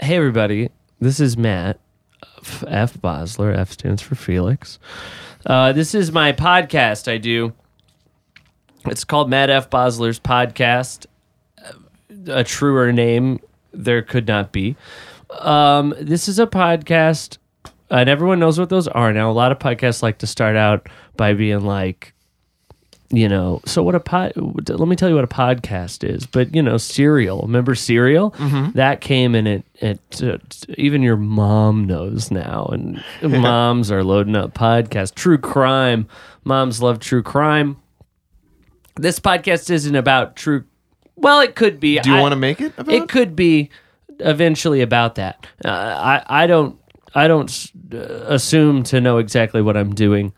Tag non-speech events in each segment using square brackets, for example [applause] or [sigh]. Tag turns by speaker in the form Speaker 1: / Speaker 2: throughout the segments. Speaker 1: Hey, everybody. This is Matt, F. F Bosler. F stands for Felix. Uh, this is my podcast I do. It's called Matt F. Bosler's Podcast. A truer name there could not be. Um, this is a podcast, and everyone knows what those are now. A lot of podcasts like to start out by being like, you know, so what a pod, let me tell you what a podcast is, but you know, serial, remember serial
Speaker 2: Mm-hmm.
Speaker 1: that came and it, it, it, uh, even your mom knows now
Speaker 2: [laughs]
Speaker 1: and moms are loading up podcasts, true crime. Moms love true crime. This podcast isn't about true. Well, it could be.
Speaker 2: Do you
Speaker 1: I-
Speaker 2: want to make it about?
Speaker 1: it could be eventually about that. Uh, I I don't I don't s- uh, assume to know exactly what I'm doing.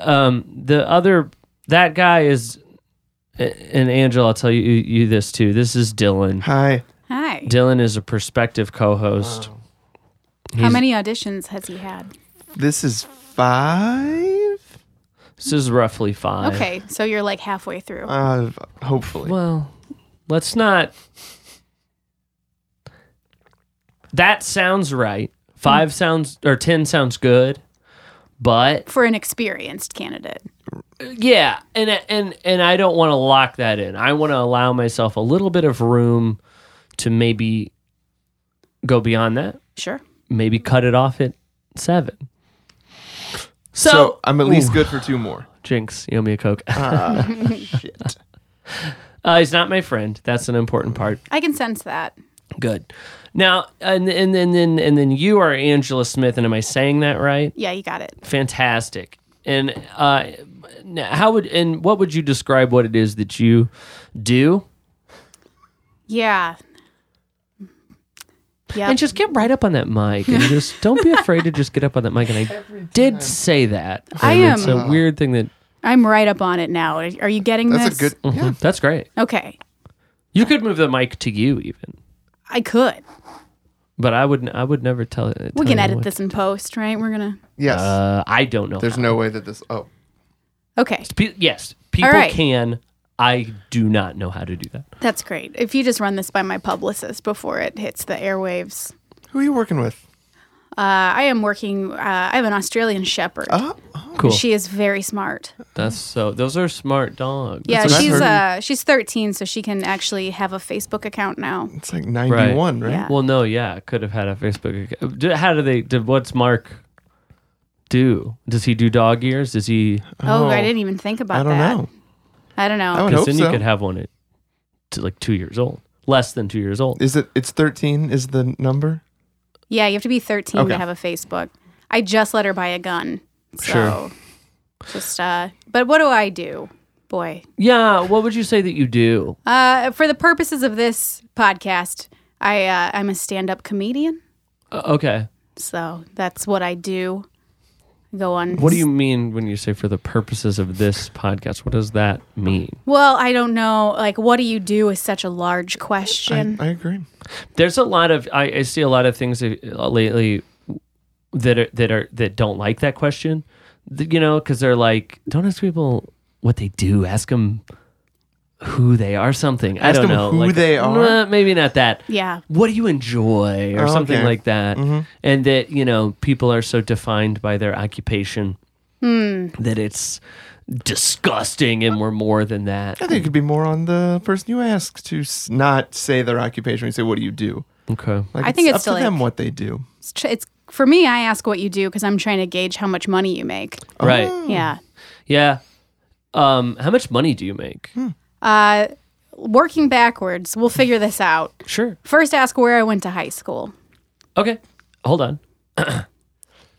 Speaker 1: Um, the other that guy is, and Angela, I'll tell you you this too. This is Dylan.
Speaker 2: Hi.
Speaker 3: Hi.
Speaker 1: Dylan is a prospective co-host.
Speaker 3: How many auditions has he had?
Speaker 2: This is five.
Speaker 1: This is roughly five.
Speaker 3: Okay, so you're like halfway through.
Speaker 2: Uh, hopefully.
Speaker 1: Well, let's not. That sounds right. Five sounds or ten sounds good, but
Speaker 3: For an experienced candidate.
Speaker 1: yeah and and and i don't want to lock that in i want to allow myself a little bit of room to maybe go beyond that
Speaker 3: Sure.
Speaker 1: maybe cut it off at seven so, uh,
Speaker 2: so, I'm at least good for two more.
Speaker 1: jinx you owe me a coke
Speaker 2: Ah,
Speaker 1: [laughs]
Speaker 2: Shit.
Speaker 1: uh, he's not my friend that's an important part
Speaker 3: I can sense that.
Speaker 1: good now and and then and, then and then you are angela smith and am i saying that right
Speaker 3: Yeah, you got it.
Speaker 1: fantastic and uh now, how would and what would you describe what it is that you do
Speaker 3: Yeah. Yeah.
Speaker 1: And just get right up on that mic and
Speaker 3: [laughs]
Speaker 1: just don't be afraid to just get up on that mic. And I did say that.
Speaker 3: I
Speaker 1: And It's
Speaker 3: am-
Speaker 1: a weird thing that.
Speaker 3: I'm right up on it now. Are you getting
Speaker 2: That's a
Speaker 3: this?
Speaker 2: good. Yeah.
Speaker 1: mm-hmm, That's great.
Speaker 3: Okay.
Speaker 1: You could move the mic to you even,
Speaker 3: I could.
Speaker 1: but I would I would never tell it.
Speaker 3: We can edit this in post, right? We're going
Speaker 2: Yes.
Speaker 1: Uh, I don't know.
Speaker 2: There's
Speaker 1: how.
Speaker 2: no way that this. Oh,
Speaker 3: to. Okay.
Speaker 1: Pe- yes, people
Speaker 3: right.
Speaker 1: can. I do not know how to do that.
Speaker 3: That's great. If you just run this by my publicist before it hits the airwaves.
Speaker 2: who are you working with?
Speaker 3: Uh, I am working, uh, I have an Australian Shepherd.
Speaker 2: Oh,
Speaker 1: Cool.
Speaker 3: She is very smart.
Speaker 1: That's so. Those are smart dogs.
Speaker 3: Yeah,
Speaker 2: That's what I've
Speaker 3: she's
Speaker 2: heard.
Speaker 3: uh she's 13, so she can actually have a Facebook account now.
Speaker 2: it's like 91, right?
Speaker 3: Yeah.
Speaker 1: Well, no, yeah, could have had a Facebook. account. Do- How do they? Did what's Mark do? Does he do dog ears? Does he?
Speaker 3: Oh, I didn't even think about
Speaker 2: I don't
Speaker 3: that.
Speaker 2: know.
Speaker 3: I don't know.
Speaker 2: I would
Speaker 1: Because
Speaker 2: hope
Speaker 1: then you
Speaker 2: so.
Speaker 1: could have one at to like two years old, less than two years old.
Speaker 2: Is it? It's 13. Is the number?
Speaker 3: yeah, you have to be 13
Speaker 2: Okay.
Speaker 3: to have a Facebook. I just let her buy a gun. So
Speaker 1: Sure.
Speaker 3: just uh but what do I do? Boy.
Speaker 1: yeah. What would you say that you do?
Speaker 3: Uh for the purposes of this podcast, I uh, I'm a stand-up comedian.
Speaker 1: Uh, okay.
Speaker 3: So that's what I do. Go on.
Speaker 1: What do you mean when you say for the purposes of this podcast? What does that mean?
Speaker 3: Well, I don't know. Like what do you do is such a large question.
Speaker 2: I agree.
Speaker 1: There's a lot of I, I see a lot of things uh, lately that are that are that don't like that question. Th- You know, because they're like, don't ask people what they do. Ask them who they are. Something I
Speaker 2: Ask
Speaker 1: don't
Speaker 2: 'em
Speaker 1: know
Speaker 2: who
Speaker 1: like,
Speaker 2: they are?
Speaker 1: "Nah, maybe not that.
Speaker 3: yeah.
Speaker 1: what do you enjoy or
Speaker 2: Oh,
Speaker 1: something
Speaker 2: okay.
Speaker 1: like that and that you know people are so defined by their occupation that it's disgusting and we're more than that
Speaker 2: I think it could be more on the person you ask to s- not say their occupation. You say, "What do you do?"
Speaker 1: okay
Speaker 2: Like
Speaker 3: I think it's
Speaker 2: up to
Speaker 3: still,
Speaker 2: them
Speaker 3: like-
Speaker 2: what they do.
Speaker 3: it's, tr- it's for me i ask what you do because i'm trying to gauge how much money you make
Speaker 2: Oh.
Speaker 1: right
Speaker 3: yeah
Speaker 1: yeah um how much money do you make
Speaker 3: uh, working backwards we'll figure this out
Speaker 1: sure
Speaker 3: first ask where i went to high school
Speaker 1: okay hold on [clears throat]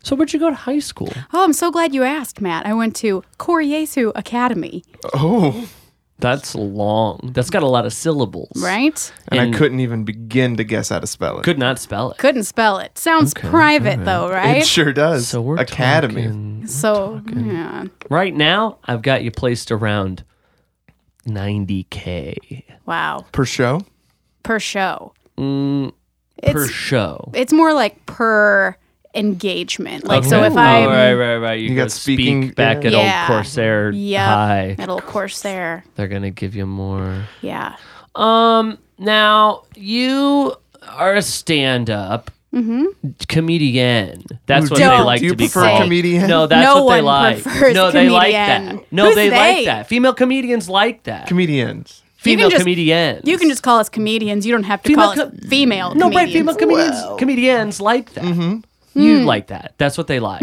Speaker 1: so where'd you go to high school
Speaker 3: oh i'm so glad you asked matt i went to koryesu academy
Speaker 2: Oh,
Speaker 1: that's long that's got a lot of syllables
Speaker 3: right
Speaker 2: and,
Speaker 1: And-
Speaker 2: I couldn't even begin to guess how to spell it.
Speaker 1: could not spell it
Speaker 3: couldn't spell it sounds private though
Speaker 2: it
Speaker 3: right
Speaker 2: sure does.
Speaker 1: so we're
Speaker 2: academy.
Speaker 1: talking-
Speaker 3: so yeah
Speaker 1: right now i've got you placed around 90k
Speaker 3: wow
Speaker 2: per show.
Speaker 3: per show
Speaker 1: Mm,
Speaker 3: it's
Speaker 1: per show.
Speaker 3: it's more like per engagement like so
Speaker 1: Okay.
Speaker 3: if
Speaker 1: oh,
Speaker 3: i
Speaker 1: right, right, right. You,
Speaker 2: You
Speaker 1: got
Speaker 2: got
Speaker 1: speak
Speaker 2: speaking-
Speaker 1: back at
Speaker 3: Yeah.
Speaker 1: old Corsair
Speaker 3: yeah
Speaker 1: High.
Speaker 3: it'll course there
Speaker 1: They're gonna give you more.
Speaker 3: yeah
Speaker 1: Um, now you are a stand up
Speaker 3: Mm-hmm.
Speaker 1: comedian. That's what they
Speaker 3: Don't.
Speaker 1: like
Speaker 2: Do you
Speaker 1: to be
Speaker 2: prefer
Speaker 1: called.
Speaker 2: comedian?
Speaker 1: No, that's
Speaker 3: No
Speaker 1: what they
Speaker 3: one
Speaker 1: like.
Speaker 3: prefers
Speaker 1: No, they like
Speaker 3: comedian.
Speaker 1: that. No,
Speaker 3: Who's
Speaker 1: they,
Speaker 3: they?
Speaker 1: like that. Female comedians like that.
Speaker 2: Comedians.
Speaker 1: female
Speaker 3: just-
Speaker 1: comedians.
Speaker 3: You can just call us comedians. You don't have to
Speaker 1: Female
Speaker 3: call us
Speaker 1: co-
Speaker 3: female
Speaker 1: no,
Speaker 3: comedians. Hmm.
Speaker 1: but female comedians
Speaker 2: Well.
Speaker 1: comedians like that.
Speaker 2: Mm-hmm.
Speaker 1: You like that. That's what they like.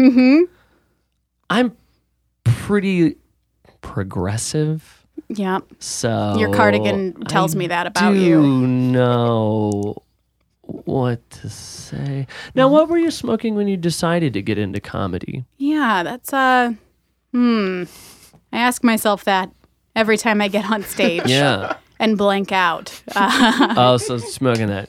Speaker 1: I'm pretty progressive.
Speaker 3: Yeah.
Speaker 1: So
Speaker 3: Your cardigan tells
Speaker 1: I
Speaker 3: me that about
Speaker 1: do
Speaker 3: you.
Speaker 1: know what to say. Now, what were you smoking when you decided to get into
Speaker 2: [laughs]
Speaker 1: comedy?
Speaker 3: Yeah, that's uh hmm. I ask myself that every time I get on stage
Speaker 1: Yeah.
Speaker 3: and blank
Speaker 1: [laughs]
Speaker 3: out. Uh,
Speaker 1: oh, so smoking that.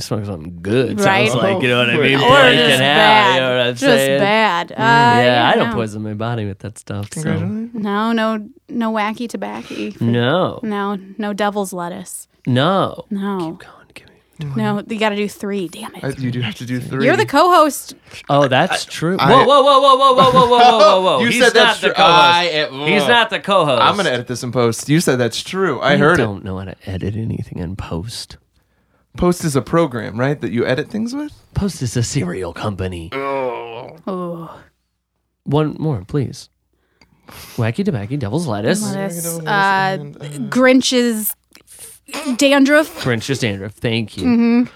Speaker 1: Smoking something good.
Speaker 3: Right.
Speaker 1: Sounds like, you know what I mean?
Speaker 2: Or
Speaker 3: or
Speaker 1: Blanking
Speaker 3: just
Speaker 1: out,
Speaker 3: bad.
Speaker 1: You know what I'm
Speaker 3: just
Speaker 1: saying? Mm,
Speaker 3: bad. Uh,
Speaker 1: yeah, I don't
Speaker 3: no.
Speaker 1: poison my body with that stuff. so-
Speaker 2: Congratulations.
Speaker 3: No, no no wacky tobacco.
Speaker 1: No,
Speaker 3: No, no devil's lettuce.
Speaker 1: no.
Speaker 3: No.
Speaker 1: Go on, give me-
Speaker 3: No, you got to do 3. Damn it.
Speaker 2: Uh, you do have to do 3
Speaker 3: You're the co-host.
Speaker 1: Oh, that's true.
Speaker 2: I-
Speaker 1: whoa, whoa, whoa, whoa, whoa, whoa, whoa, whoa, whoa, whoa.
Speaker 2: [laughs] You
Speaker 1: He's not
Speaker 2: said that's
Speaker 1: the
Speaker 2: true. Oh,
Speaker 1: co-host.
Speaker 2: I am-
Speaker 1: He's not the co-host.
Speaker 2: I'm gonna edit this in post. You said that's true. I heard
Speaker 1: I
Speaker 2: it.
Speaker 1: don't know how to edit anything in post.
Speaker 2: Post is a program, right? That you edit things with.
Speaker 1: Post is a cereal company.
Speaker 3: Oh.
Speaker 1: One more, please. Wacky tobacco, devil's lettuce,
Speaker 3: Lettuce,
Speaker 2: Tomatoes
Speaker 3: uh,
Speaker 2: and, uh,
Speaker 3: Grinch's dandruff.
Speaker 1: Grinch's dandruff. Thank you.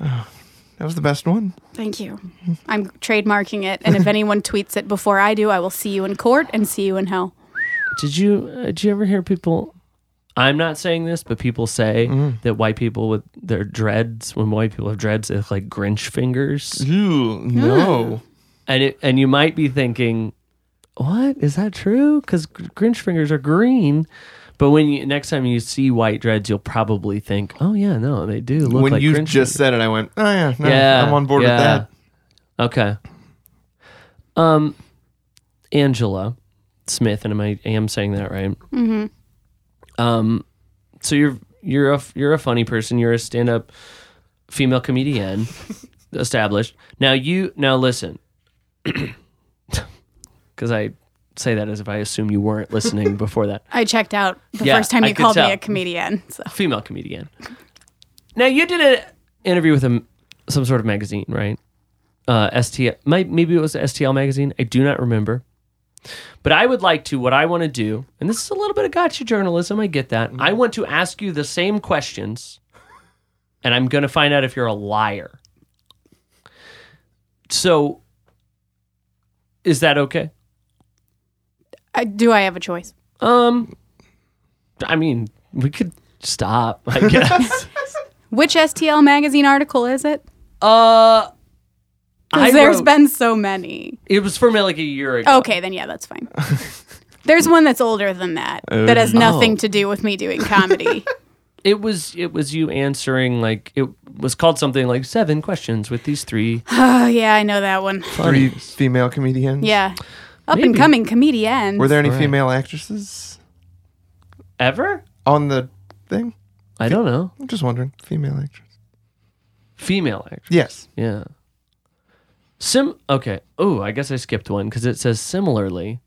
Speaker 2: that was the best one.
Speaker 3: Thank you. I'm trademarking it,
Speaker 1: [laughs]
Speaker 3: and if anyone tweets it before I do, I will see you in court and see you in hell.
Speaker 1: Did you uh, did you ever hear people? I'm not saying this, but people say
Speaker 2: Mm-hmm.
Speaker 1: that white people with their dreads, when white people have dreads, they look like Grinch fingers.
Speaker 2: Ew,
Speaker 1: Hmm.
Speaker 2: no.
Speaker 1: and it, and you might be thinking, what is that true? Because Grinch fingers are green. But when you, next time you see white dreads, you'll probably think, "Oh yeah, no, they do look
Speaker 2: when
Speaker 1: like
Speaker 2: you
Speaker 1: Grinch."
Speaker 2: just said it, I went, oh yeah, [laughs] no,
Speaker 1: yeah,
Speaker 2: I'm on board
Speaker 1: yeah.
Speaker 2: with that.
Speaker 1: Okay. Um, Angela Smith, and am I am saying that right? Mm-hmm. Um, so you're you're a you're a funny person. You're a stand up female comedian, established. Now you now listen, [clears throat] because I say that as if I assume you weren't listening before that
Speaker 3: I checked out the
Speaker 1: Yeah,
Speaker 3: first time
Speaker 1: I
Speaker 3: you
Speaker 1: could
Speaker 3: called
Speaker 1: tell.
Speaker 3: me a comedian. So
Speaker 1: female comedian. Now you did an interview with a, some sort of magazine, right? Uh, STL, might, maybe it was STL magazine. I do not remember. But I would like to. What I want to do, and this is a little bit of gotcha journalism. I get that. I want to ask you the same questions, and I'm going to find out if you're a liar. So, is that okay?
Speaker 3: I, do I have a choice?
Speaker 1: Um, I mean, we could stop. I [laughs] guess.
Speaker 3: Which STL magazine article is it?
Speaker 1: Uh, I
Speaker 3: Because there's
Speaker 1: wrote-
Speaker 3: been Oh. so many.
Speaker 1: It was from like a year ago.
Speaker 3: Okay, then yeah, that's fine. [laughs] there's one that's older than that that
Speaker 1: Oh,
Speaker 3: has nothing to do with me
Speaker 1: [laughs]
Speaker 3: doing comedy.
Speaker 1: It was it was you answering like it was called something like seven questions with these three.
Speaker 3: oh yeah, I know that one.
Speaker 2: Three
Speaker 1: Funny.
Speaker 2: female comedians.
Speaker 3: Yeah, up and
Speaker 1: Maybe.
Speaker 3: coming comedians.
Speaker 2: Were there any
Speaker 1: Right.
Speaker 2: female actresses
Speaker 1: Ever?
Speaker 2: on the thing?
Speaker 1: I don't know.
Speaker 2: I'm just wondering. Female actress.
Speaker 1: Female actor.
Speaker 2: Yes.
Speaker 1: Yeah. Sim. Okay. Oh, I guess I skipped one because it says
Speaker 3: [laughs]
Speaker 1: similarly.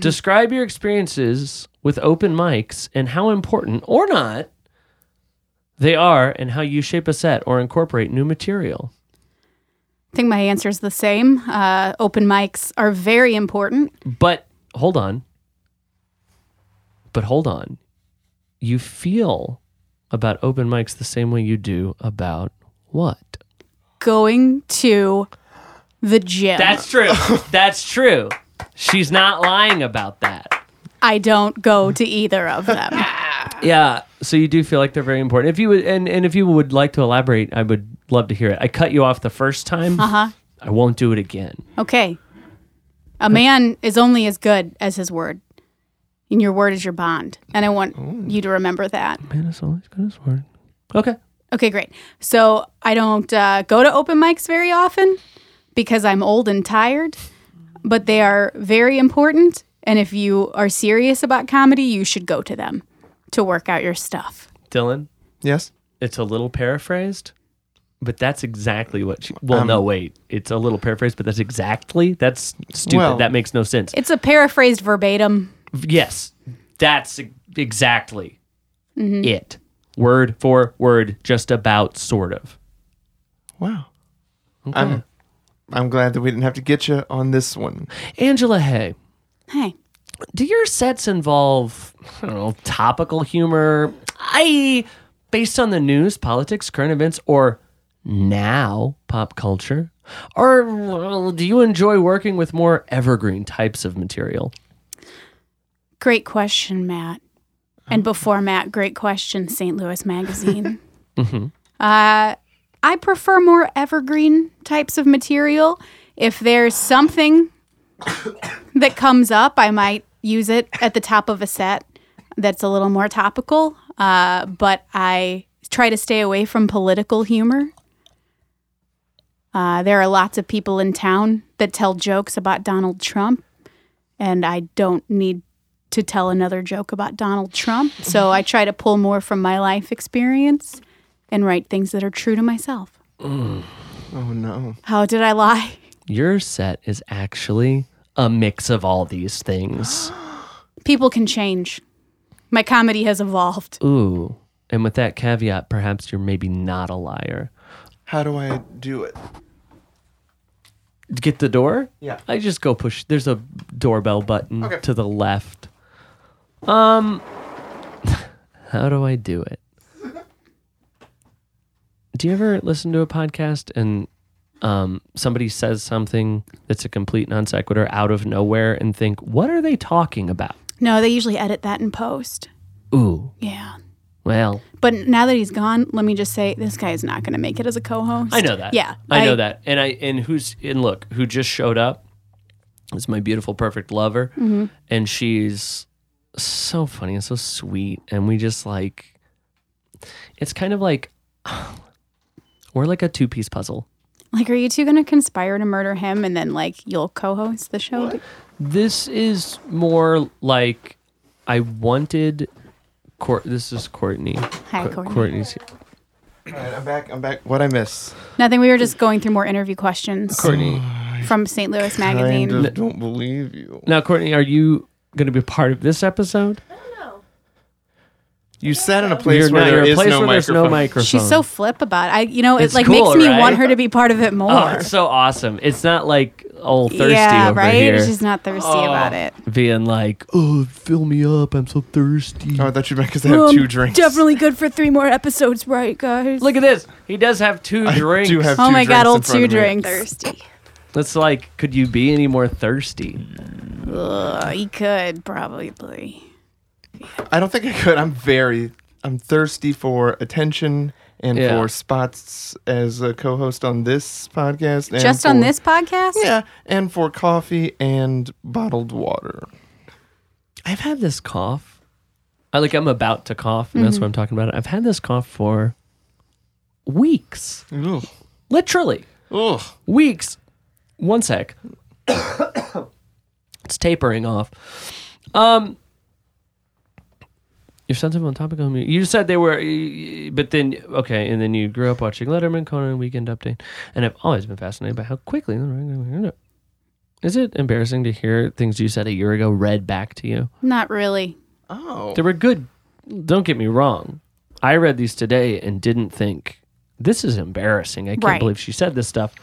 Speaker 1: Describe your experiences with open mics and how important or not they are, and how you shape a set or incorporate new material.
Speaker 3: I think my answer is the same. Uh, open mics are very important.
Speaker 1: But hold on. But hold on. You feel about open mics the same way you do about what?
Speaker 3: Going to the gym.
Speaker 1: That's true. [laughs] That's true. She's not lying about that.
Speaker 3: I don't go to either of them.
Speaker 1: Yeah. So you do feel like they're very important. If you would, and, and if you would like to elaborate, I would love to hear it. I cut you off the first time.
Speaker 3: Uh huh.
Speaker 1: I won't do it again.
Speaker 3: Okay. A man is only as good as his word, and your word is your bond. And I want you to remember that.
Speaker 1: Man is always good as word. Okay.
Speaker 3: Okay, great. So I don't uh, go to open mics very often because I'm old and tired, but they are very important. And if you are serious about comedy, you should go to them to work out your stuff.
Speaker 1: Dylan,
Speaker 2: Yes.
Speaker 1: it's a little paraphrased, but that's exactly what she. Well, no, wait. It's a little paraphrased, but that's exactly. That's stupid.
Speaker 2: Well-
Speaker 1: that makes no sense.
Speaker 3: It's a paraphrased verbatim.
Speaker 1: yes, that's e- exactly it. Word for word, just about, sort of.
Speaker 2: Wow. I'm I'm glad that we didn't have to get you on this one.
Speaker 1: Angela Hay.
Speaker 3: Hey.
Speaker 1: do your sets involve I don't know topical humor, i.e., based on the news, politics, current events, or now pop culture? Or well, do you enjoy working with more evergreen types of material?
Speaker 3: Great question, Matt. And before Matt, great question, St. Louis Magazine. uh, I prefer more evergreen types of material. If there's something [coughs] that comes up, I might use it at the top of a set that's a little more topical. Uh, but I try to stay away from political humor. Uh, there are lots of people in town that tell jokes about Donald Trump, and I don't need to tell another joke about Donald Trump. So I try to pull more from my life experience and write things that are true to myself.
Speaker 2: Oh no.
Speaker 3: How did I lie? [laughs]
Speaker 1: Your set is actually a mix of all these things.
Speaker 3: People can change. My comedy has evolved.
Speaker 1: Ooh. And with that caveat, perhaps you're maybe not a liar.
Speaker 2: How do I do it?
Speaker 1: Get the door?
Speaker 2: Yeah.
Speaker 1: I just go push. There's a doorbell button
Speaker 2: Okay.
Speaker 1: to the left. Um, [laughs] how do I do it? Do you ever listen to a podcast and um, somebody says something that's a complete non sequitur out of nowhere and think, what are they talking about?
Speaker 3: No, they usually edit that in post.
Speaker 1: Ooh,
Speaker 3: Yeah.
Speaker 1: well,
Speaker 3: But now that he's gone, let me just say this guy is not going to make it as a co-host.
Speaker 1: I know that.
Speaker 3: Yeah,
Speaker 1: I know that. And I and who's and look who just showed up is my beautiful perfect lover,
Speaker 3: Mm-hmm.
Speaker 1: and she's so funny and so sweet, and we just like it's kind of like [sighs] we're like a two piece puzzle.
Speaker 3: Like, are you two going to conspire to murder him and then like you'll co-host the show?
Speaker 1: This is more like I wanted. Court. This is Courtney.
Speaker 3: Hi,
Speaker 1: Co-
Speaker 3: Courtney.
Speaker 1: Courtney's here.
Speaker 2: All right, I'm back. I'm back. What I miss?
Speaker 3: Nothing. We were just going through more interview questions
Speaker 1: Courtney.
Speaker 3: from St. Louis
Speaker 2: I
Speaker 3: Magazine.
Speaker 2: don't believe you.
Speaker 1: Now, Courtney, are you going to be part of this episode?
Speaker 2: You sat in a place
Speaker 1: You're
Speaker 2: where
Speaker 1: not-
Speaker 2: there
Speaker 1: you're in a
Speaker 2: is
Speaker 1: place
Speaker 2: no
Speaker 1: where there's
Speaker 2: microphone.
Speaker 1: no microphone.
Speaker 3: She's so flip about it. I, you know, it
Speaker 1: It's
Speaker 3: like
Speaker 1: cool,
Speaker 3: makes me
Speaker 1: right?
Speaker 3: want her to be part of it more.
Speaker 1: Oh, it's so awesome. It's not like all thirsty
Speaker 3: yeah,
Speaker 1: over
Speaker 3: right.
Speaker 1: here.
Speaker 3: She's not thirsty
Speaker 2: Oh.
Speaker 3: about it.
Speaker 1: being like, oh, fill me up. I'm so thirsty.
Speaker 2: Oh, I thought you meant because I have two drinks.
Speaker 3: Definitely good for three more episodes, right, guys?
Speaker 1: Look at this. He does have two
Speaker 2: I
Speaker 1: drinks.
Speaker 2: do have
Speaker 3: oh
Speaker 2: two
Speaker 3: my
Speaker 2: drinks
Speaker 3: god,
Speaker 2: in
Speaker 3: old
Speaker 2: front
Speaker 3: two
Speaker 2: of me.
Speaker 3: drinks.
Speaker 4: thirsty.
Speaker 1: That's like, could you be any more thirsty?
Speaker 3: Ugh, you could probably.
Speaker 2: I don't think I could. I'm very. I'm thirsty for attention and
Speaker 1: Yeah.
Speaker 2: for spots as a co-host on this podcast. And
Speaker 3: Just on
Speaker 2: for-
Speaker 3: this podcast?
Speaker 2: Yeah, and for coffee and bottled water.
Speaker 1: I've had this cough. I like, I'm about to cough, and that's
Speaker 3: Mm-hmm.
Speaker 1: what I'm talking about. I've had this cough for weeks,
Speaker 2: Ugh.
Speaker 1: literally
Speaker 2: Ugh.
Speaker 1: weeks. One sec. [coughs] it's tapering off. Um, you're sensitive on topical humor. You said they were, y- y- but then okay, and then you grew up watching Letterman, Conan, Weekend Update, and I've always been fascinated by how quickly. Is it embarrassing to hear things you said a year ago read back to you?
Speaker 3: Not really.
Speaker 2: Oh.
Speaker 1: They were good. Don't get me wrong. I read these today and didn't think this is embarrassing. I can't
Speaker 3: Right.
Speaker 1: believe she said this stuff.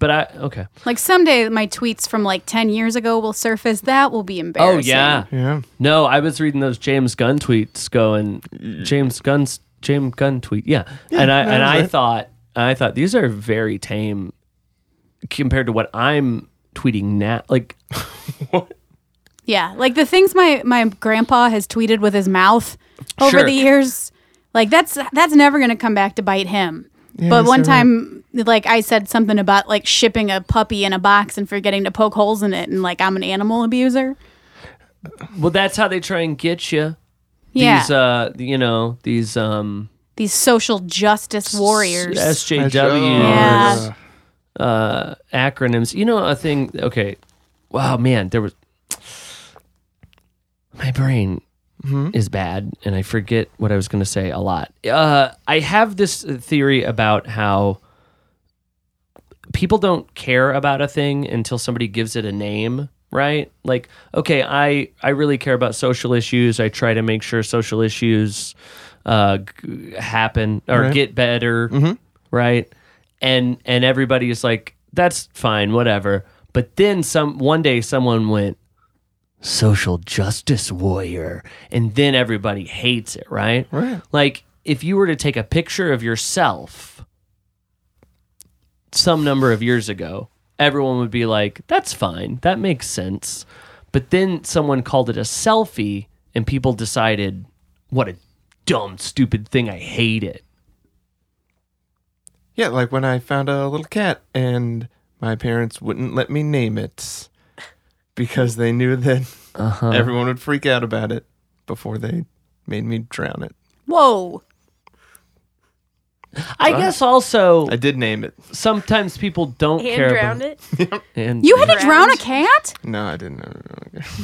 Speaker 1: But I okay.
Speaker 3: Like someday my tweets from like 10 years ago will surface. That will be
Speaker 1: Oh
Speaker 3: embarrassing.
Speaker 1: yeah.
Speaker 2: Yeah.
Speaker 1: No, I was reading those James Gunn tweets going James Gunn's James Gunn tweet. Yeah. and I
Speaker 2: that
Speaker 1: and
Speaker 2: was
Speaker 1: I
Speaker 2: it.
Speaker 1: thought I thought these are very tame compared to what I'm tweeting now. Like
Speaker 3: Yeah. Like the things my, my grandpa has tweeted with his mouth over
Speaker 1: Sure.
Speaker 3: the years, like that's that's never gonna come back to bite him.
Speaker 2: you're
Speaker 3: but one
Speaker 2: right.
Speaker 3: time like I said something about like shipping a puppy in a box and forgetting to poke holes in it and like I'm an animal abuser.
Speaker 1: well that's how they try and get you.
Speaker 3: Yeah.
Speaker 1: These uh you know, these um
Speaker 3: These social justice warriors.
Speaker 1: SJWs.
Speaker 3: Yeah.
Speaker 1: uh, acronyms. You know a thing. Okay, wow, man, there was my brain is bad, and I forget what I was going to say a lot. Uh, I have this theory about how people don't care about a thing until somebody gives it a name right like okay i i really care about social issues i try to make sure social issues uh g- happen or
Speaker 2: Right. Mm-hmm.
Speaker 1: get better right and and everybody is like, that's fine, whatever. But then some one day someone went social justice warrior, and then everybody hates it, right?
Speaker 2: Right.
Speaker 1: Like if you were to take a picture of yourself some number of years ago, everyone would be like, that's fine. That makes sense. But then someone called it a selfie, and people decided, what a dumb, stupid thing. I hate it.
Speaker 2: Yeah, like when I found a little cat and my parents wouldn't let me name it because they knew that everyone would freak out about it before they made me drown it.
Speaker 3: Whoa.
Speaker 1: I guess also
Speaker 2: I did name it.
Speaker 1: sometimes people don't
Speaker 4: Hand
Speaker 1: care
Speaker 4: drowned
Speaker 1: about
Speaker 4: it.
Speaker 1: and
Speaker 3: You had to drown
Speaker 4: Drowned.
Speaker 3: a cat?
Speaker 2: No, I didn't. [laughs]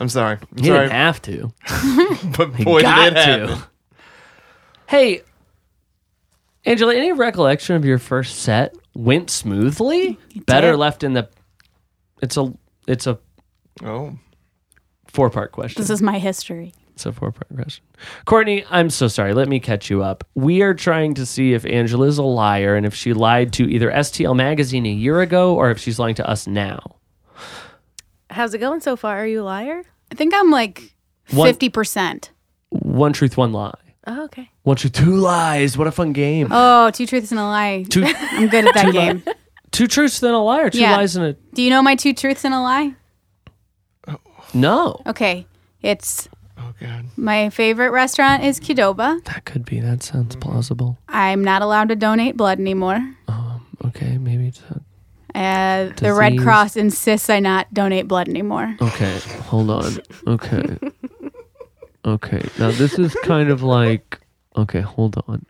Speaker 2: I'm sorry. I'm
Speaker 1: You
Speaker 2: sorry.
Speaker 1: didn't have to.
Speaker 2: but boy, did
Speaker 1: Got
Speaker 2: it happen.
Speaker 1: to. Hey, Angela, any recollection of your first set went smoothly? Better
Speaker 3: did.
Speaker 1: left in the. It's a it's a
Speaker 2: Oh,
Speaker 1: four part question.
Speaker 3: This is my history.
Speaker 1: It's a four part question. Courtney, I'm so sorry. Let me catch you up. We are trying to see if Angela's a liar and if she lied to either STL magazine a year ago or if she's lying to us now.
Speaker 4: How's it going so far? Are you a liar?
Speaker 3: I think I'm like
Speaker 1: One-
Speaker 3: 50%.
Speaker 1: One truth, one lie.
Speaker 4: Oh, okay.
Speaker 1: One truth, two lies. What a fun game.
Speaker 3: Oh, two truths and a lie. [laughs]
Speaker 1: [laughs] Two
Speaker 3: I'm good at that game.
Speaker 1: two truths then a lie or two
Speaker 3: Yeah.
Speaker 1: lies and a
Speaker 3: Do you know my two truths and a lie?
Speaker 1: no.
Speaker 3: Okay. It's
Speaker 2: oh God.
Speaker 3: my favorite restaurant is Qdoba.
Speaker 1: That could be. That sounds plausible.
Speaker 3: I'm not allowed to donate blood anymore.
Speaker 1: Okay, maybe. It's
Speaker 3: Uh, the Red
Speaker 1: Disease.
Speaker 3: Cross insists I not donate blood anymore.
Speaker 1: okay, hold on.
Speaker 3: [laughs]
Speaker 1: Okay. Okay. Now this is kind of like okay, hold on.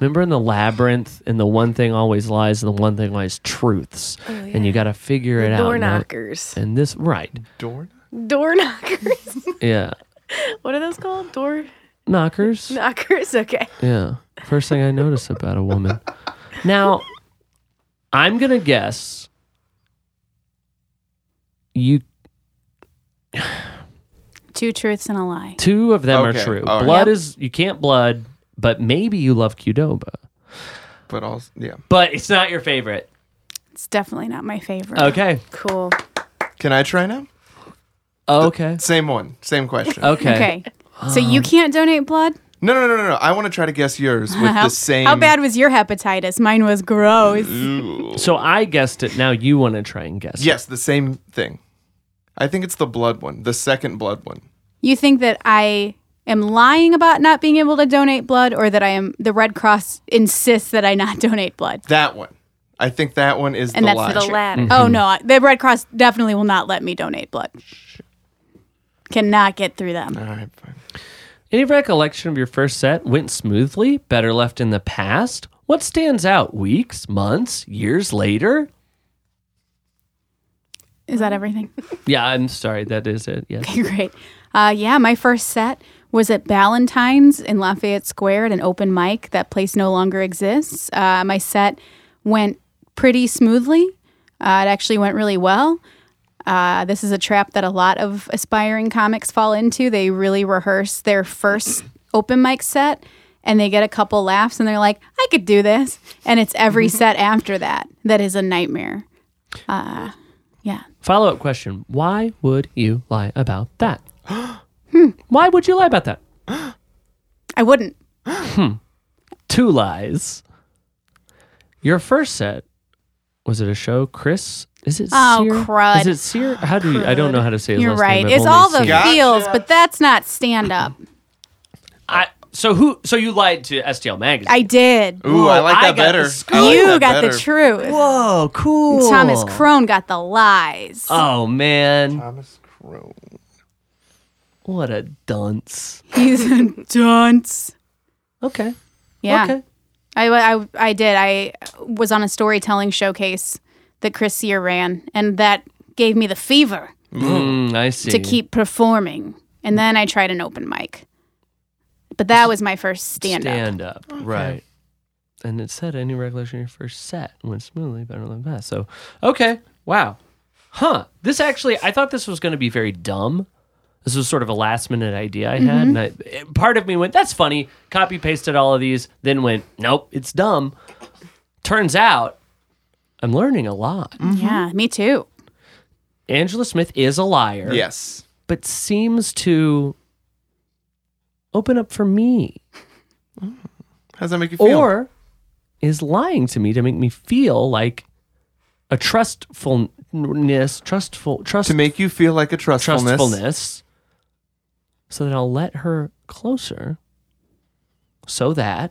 Speaker 1: Remember in the labyrinth and the one thing always lies and the one thing lies truths.
Speaker 3: Oh,
Speaker 1: And you got to figure it out.
Speaker 4: Door
Speaker 1: right?
Speaker 4: knockers.
Speaker 1: And this right.
Speaker 2: Door?
Speaker 4: Door [laughs] knockers.
Speaker 1: Yeah.
Speaker 4: what are those called? Door
Speaker 1: Knockers?
Speaker 4: knockers. Okay.
Speaker 1: Yeah. First thing I notice about a woman. Now, I'm going to guess you
Speaker 3: Two truths and a lie.
Speaker 1: Two of them
Speaker 2: Okay,
Speaker 1: are true.
Speaker 2: all right.
Speaker 1: Blood
Speaker 3: Yep.
Speaker 1: is you can't blood, but maybe you love Qdoba.
Speaker 2: But also, yeah.
Speaker 1: But it's not your favorite.
Speaker 3: It's definitely not my favorite.
Speaker 1: Okay.
Speaker 4: Cool.
Speaker 2: Can I try now?
Speaker 1: Okay.
Speaker 2: Same one. Same question.
Speaker 1: Okay.
Speaker 3: Okay. So you can't donate blood?
Speaker 2: No, no, no, no, no. I want to try to guess yours with
Speaker 3: How,
Speaker 2: the same.
Speaker 3: how bad was your hepatitis? Mine was gross.
Speaker 1: So I guessed it. Now you want to try and guess. it.
Speaker 2: Yes, the same thing. I think it's the blood one, the second blood one.
Speaker 3: You think that I am lying about not being able to donate blood or that I am the Red Cross insists that I not [laughs] donate blood?
Speaker 2: That one. I think that one is
Speaker 3: And
Speaker 2: the
Speaker 3: that's
Speaker 2: lie.
Speaker 4: The
Speaker 3: Sure.
Speaker 4: ladder.
Speaker 3: Oh no, I- the Red Cross definitely will not let me donate blood. Cannot get through them.
Speaker 2: All right, fine.
Speaker 1: Any recollection of your first set went smoothly? Better left in the past? What stands out? Weeks, months, years later?
Speaker 3: Is that everything? [laughs]
Speaker 1: Yeah, I'm sorry. That is it. Yes.
Speaker 3: Okay, great. Uh, yeah, my first set was at Ballantine's in Lafayette Square at an open mic. That place no longer exists. Uh, my set went pretty smoothly. Uh, it actually went really well. Uh, this is a trap that a lot of aspiring comics fall into. They really rehearse their first [clears throat] open mic set and they get a couple laughs and they're like, I could do this. And it's every set after that that is a nightmare. Uh, yeah.
Speaker 1: Follow up question Why would you lie about
Speaker 3: [gasps]
Speaker 1: that? Hmm. Why would you lie about that?
Speaker 3: I wouldn't.
Speaker 1: two lies. Your first set was it a show, Chris? Is it
Speaker 3: Oh,
Speaker 1: Sear?
Speaker 3: crud.
Speaker 1: Is it Sear? How do you? I don't know how to say his
Speaker 3: You're
Speaker 1: last
Speaker 3: right.
Speaker 1: name. I've
Speaker 3: It's
Speaker 1: only
Speaker 3: all the
Speaker 1: seen-
Speaker 2: Gotcha.
Speaker 3: feels, but that's not stand up.
Speaker 1: I, so who? So you lied to STL magazine.
Speaker 3: I did.
Speaker 2: Ooh, I like
Speaker 1: I
Speaker 2: that
Speaker 1: got
Speaker 2: better.
Speaker 1: the
Speaker 2: I like
Speaker 3: you
Speaker 2: that
Speaker 3: got
Speaker 2: better.
Speaker 3: the truth.
Speaker 1: Whoa, cool.
Speaker 3: Thomas Crone got
Speaker 2: [laughs]
Speaker 3: the lies.
Speaker 1: Oh man,
Speaker 2: Thomas Crow.
Speaker 1: what a dunce.
Speaker 3: He's a dunce.
Speaker 1: Okay.
Speaker 3: Yeah.
Speaker 1: Okay.
Speaker 3: I, I, I did. I was on a storytelling showcase that Chris Sear ran, and that gave me the fever
Speaker 1: Mm, I see.
Speaker 3: to keep performing. And then I tried an open mic. But that was my first stand, up.
Speaker 1: stand up. Right. And it said any recollection of your first set went smoothly, better than that. So, okay. Wow. Huh. This actually, I thought this was going to be very dumb. This was sort of a last minute idea I had. And I, it- part of me went, that's funny. Copy pasted all of these, then went, nope, it's dumb. turns out I'm learning a lot.
Speaker 2: Mm-hmm.
Speaker 3: Yeah, me too.
Speaker 1: Angela Smith is a liar.
Speaker 2: Yes.
Speaker 1: But seems to open up for me.
Speaker 2: How does that make you feel?
Speaker 1: Or is lying to me to make me feel like a trustfulness, trustful, trust,
Speaker 2: to make you feel like a trustfulness.
Speaker 1: trustfulness. So that I'll let her closer. So that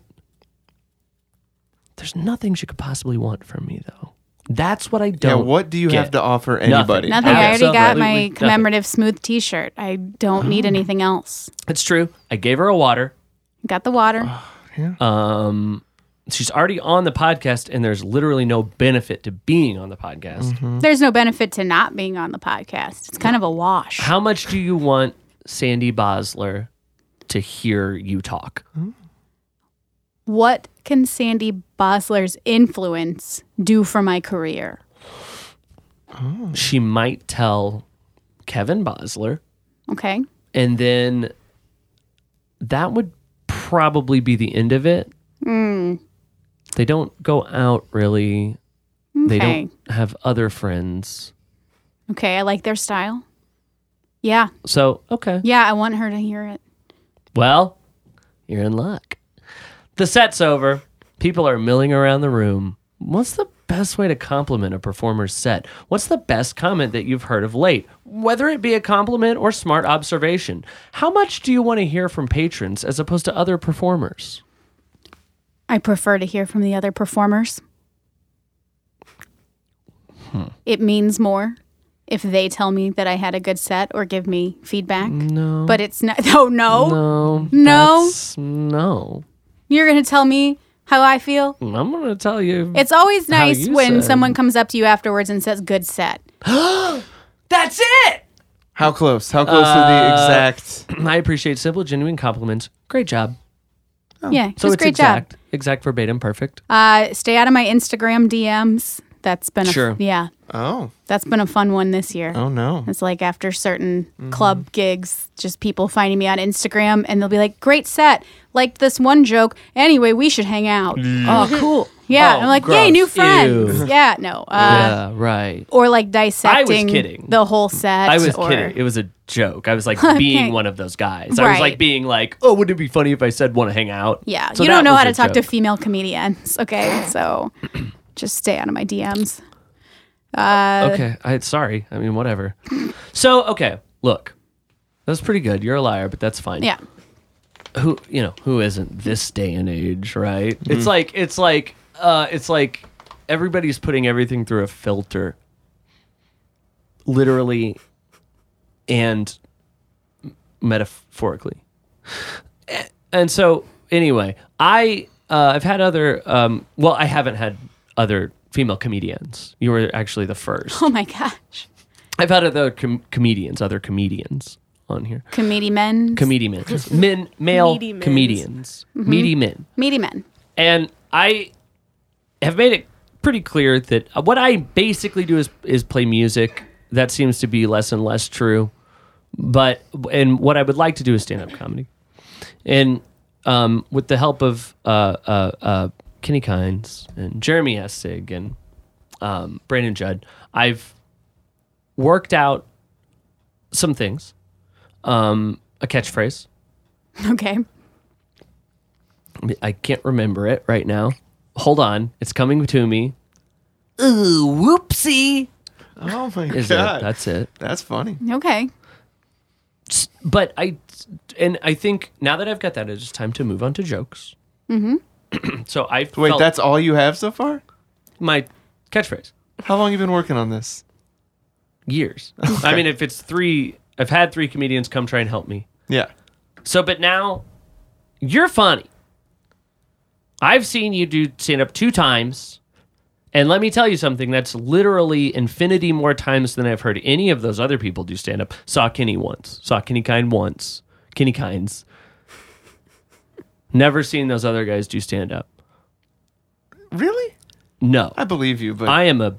Speaker 1: there's nothing she could possibly want from me, though. That's what I
Speaker 2: Yeah,
Speaker 1: don't.
Speaker 2: what do you
Speaker 1: get.
Speaker 2: have to offer
Speaker 1: Nothing.
Speaker 2: anybody?
Speaker 1: Nothing.
Speaker 3: Nothing. I already got
Speaker 1: Absolutely
Speaker 3: my
Speaker 1: nothing.
Speaker 3: commemorative smooth T-shirt. I don't need anything else.
Speaker 1: It's true. I gave her a water.
Speaker 3: Got the water.
Speaker 1: Uh-huh. Um, she's already on the podcast, and there's literally no benefit to being on the podcast.
Speaker 3: There's no benefit to not being on the podcast. It's kind of a wash.
Speaker 1: How much do you want Sandy Bosler to hear you talk?
Speaker 3: What can Sandy Bosler's influence do for my career?
Speaker 1: She might tell Kevin Bosler,
Speaker 3: Okay.
Speaker 1: and then that would probably be the end of it.
Speaker 3: Mm,
Speaker 1: They don't go out really. They
Speaker 3: Okay.
Speaker 1: don't have other friends.
Speaker 3: Okay. I like their style. Yeah.
Speaker 1: So, okay.
Speaker 3: Yeah. I want her to hear it.
Speaker 1: Well, you're in luck. The set's over. People are milling around the room. What's the best way to compliment a performer's set? What's the best comment that you've heard of late? Whether it be a compliment or smart observation. How much do you want to hear from patrons as opposed to other performers?
Speaker 3: I prefer to hear from the other performers.
Speaker 1: Hmm.
Speaker 3: It means more if they tell me that I had a good set or give me feedback.
Speaker 1: No.
Speaker 3: But it's not. [laughs] Oh, no.
Speaker 1: No.
Speaker 3: No.
Speaker 1: that's- No.
Speaker 3: You're going to tell me how I feel?
Speaker 1: I'm going to tell you.
Speaker 3: It's always
Speaker 1: How
Speaker 3: nice
Speaker 1: you
Speaker 3: when
Speaker 1: said.
Speaker 3: someone comes up to you afterwards and says, good set.
Speaker 1: that's it! [clears throat]
Speaker 2: How close? How close
Speaker 1: Uh,
Speaker 2: to the exact?
Speaker 1: I appreciate simple, genuine compliments. Great job.
Speaker 3: yeah. It
Speaker 1: Oh, So
Speaker 3: was
Speaker 1: it's
Speaker 3: great job.
Speaker 1: exact, exact verbatim, perfect.
Speaker 3: Uh, stay out of my Instagram DMs. That's been a
Speaker 1: Sure.
Speaker 3: yeah.
Speaker 2: Oh,
Speaker 3: That's been a fun one this year.
Speaker 2: oh no.
Speaker 3: It's like after certain
Speaker 1: Mm-hmm.
Speaker 3: club gigs, just people finding me on Instagram and they'll be like, "Great set, like this one joke." Anyway, we should hang out. Oh, cool. Yeah,
Speaker 1: Oh,
Speaker 3: I'm like, "Yay,
Speaker 1: gross.
Speaker 3: new friends."
Speaker 1: Ew.
Speaker 3: Yeah, no. Uh,
Speaker 1: yeah, right.
Speaker 3: Or like dissecting
Speaker 1: kidding.
Speaker 3: the whole set.
Speaker 1: I was
Speaker 3: or,
Speaker 1: kidding. It was a joke. I was like
Speaker 3: [laughs] Okay.
Speaker 1: being one of those guys. I was
Speaker 3: Right.
Speaker 1: like being like, oh, wouldn't it be funny if I said want to hang out?
Speaker 3: Yeah,
Speaker 1: So
Speaker 3: you
Speaker 1: that
Speaker 3: don't know
Speaker 1: was
Speaker 3: how
Speaker 1: a
Speaker 3: to talk to
Speaker 1: joke.
Speaker 3: female comedians. Okay, so just stay out of my DMs. Uh,
Speaker 1: okay, I sorry. I mean, whatever. so okay, look, that's pretty good. You're a liar, but that's fine.
Speaker 3: Yeah. [laughs]
Speaker 1: Who you know who isn't this day and age, right? It's like it's like uh, it's like everybody's putting everything through a filter, literally, and metaphorically. and so anyway, I uh, I've had other um, well, I haven't had other female comedians. You were actually the first.
Speaker 3: [laughs] Oh my gosh,
Speaker 1: I've had other com- comedians, other comedians on here.
Speaker 3: comedy men,
Speaker 1: Comedian men, male
Speaker 4: Meaty mens.
Speaker 1: comedians, meaty men,
Speaker 3: meaty men.
Speaker 1: and I have made it pretty clear that what I basically do is is play music. That seems to be less and less true, but and what I would like to do is stand up comedy, and um, with the help of uh, uh, uh, Kenny Kines and Jeremy Essig and um, Brandon Judd, I've worked out some things, um, a catchphrase.
Speaker 3: Okay,
Speaker 1: I can't remember it right now. Hold on, it's coming to me. Ooh, whoopsie!
Speaker 2: Oh my
Speaker 1: Is
Speaker 2: god.
Speaker 1: it? That's it.
Speaker 2: That's funny.
Speaker 3: okay.
Speaker 1: S- But I, and I think now that I've got that, it's just time to move on to jokes. Mm-hmm. [clears throat] so I
Speaker 2: Wait,
Speaker 1: felt
Speaker 2: that's all you have so far?
Speaker 1: my catchphrase.
Speaker 2: How long you been working on this?
Speaker 1: Years. I mean, if it's three, I've had three comedians come try and help me.
Speaker 2: Yeah.
Speaker 1: So, but now you're funny. I've seen you do stand up two times. And let me tell you something that's literally infinity more times than I've heard any of those other people do stand up. Saw Kenny once, saw Kenny Kind once, Kenny Kinds. Never seen those other guys do stand up.
Speaker 2: Really?
Speaker 1: No.
Speaker 2: I believe you, but
Speaker 1: I am a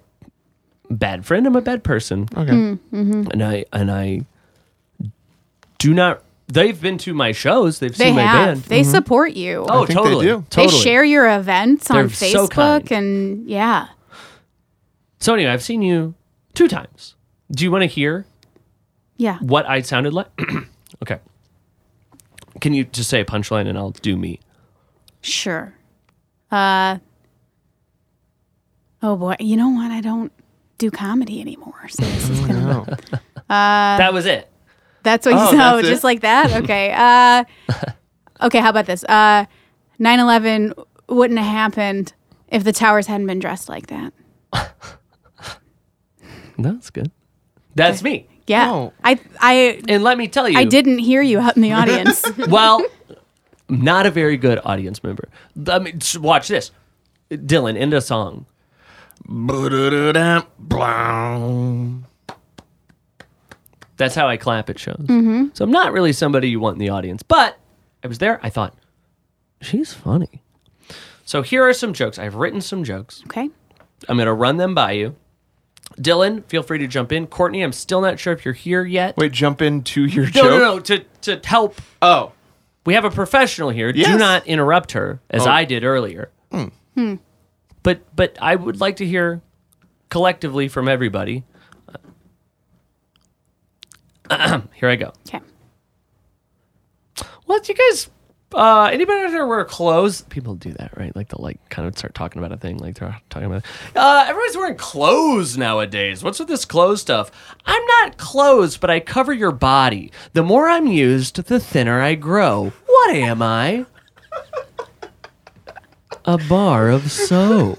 Speaker 1: bad
Speaker 3: Mm, mm-hmm.
Speaker 1: friend. I'm a bad person.
Speaker 2: okay.
Speaker 1: And I, and I do not they've been to my shows. They've
Speaker 3: They
Speaker 1: seen my
Speaker 3: have.
Speaker 1: band.
Speaker 3: They support you.
Speaker 1: oh,
Speaker 2: I think they
Speaker 1: totally.
Speaker 2: do.
Speaker 3: they
Speaker 1: Totally.
Speaker 3: share your events on
Speaker 1: They're so
Speaker 3: Facebook
Speaker 1: kind.
Speaker 3: and yeah.
Speaker 1: So anyway, I've seen you two times. Do you want to hear
Speaker 3: Yeah.
Speaker 1: what I sounded like? [clears throat] okay. Can you just say a punchline and I'll do me?
Speaker 3: Sure. Uh Oh boy, you know what? I don't do comedy anymore. So this is gonna
Speaker 2: No.
Speaker 1: that was it.
Speaker 3: That's what you
Speaker 2: Oh,
Speaker 3: know,
Speaker 2: that's
Speaker 3: [laughs] just
Speaker 2: it?
Speaker 1: [laughs]
Speaker 3: like that. Okay. Uh, okay. How about this? Uh, 9/11 wouldn't have happened if the towers hadn't been dressed like that.
Speaker 1: That's good. That's me.
Speaker 3: Yeah.
Speaker 2: Oh.
Speaker 3: I I
Speaker 1: And let me tell you,
Speaker 3: I didn't hear you out in
Speaker 1: [laughs]
Speaker 3: the audience.
Speaker 1: Well, not a very good audience member. I mean, s- watch this, Dylan. End a song.
Speaker 2: Ba-da-da-da, blow.
Speaker 1: That's how I clap at shows. Mm-hmm. So I'm not really somebody you want in the audience, but I was there. I thought, she's funny. So here are some jokes. I've written some jokes.
Speaker 3: okay.
Speaker 1: I'm going to run them by you. Dylan, feel free to jump in. Courtney, I'm still not sure if you're here yet.
Speaker 2: Wait, jump into your
Speaker 1: no,
Speaker 2: joke.
Speaker 1: no, no, to, to help.
Speaker 2: Oh,
Speaker 1: We have a professional here. Do
Speaker 2: Yes.
Speaker 1: not interrupt her as
Speaker 2: Oh. Hmm.
Speaker 1: I did earlier. But but I would like to hear collectively from everybody. [clears throat] here I go.
Speaker 3: Okay.
Speaker 1: Well, do you guys, uh, anybody out there wear clothes? People do that, right? Like they'll like kind of start talking about a thing, like they're talking about. Uh, everybody's wearing clothes nowadays. What's with this clothes stuff? I'm not clothes, but I cover your body. The more I'm used, the thinner I grow. What am I? a bar of soap.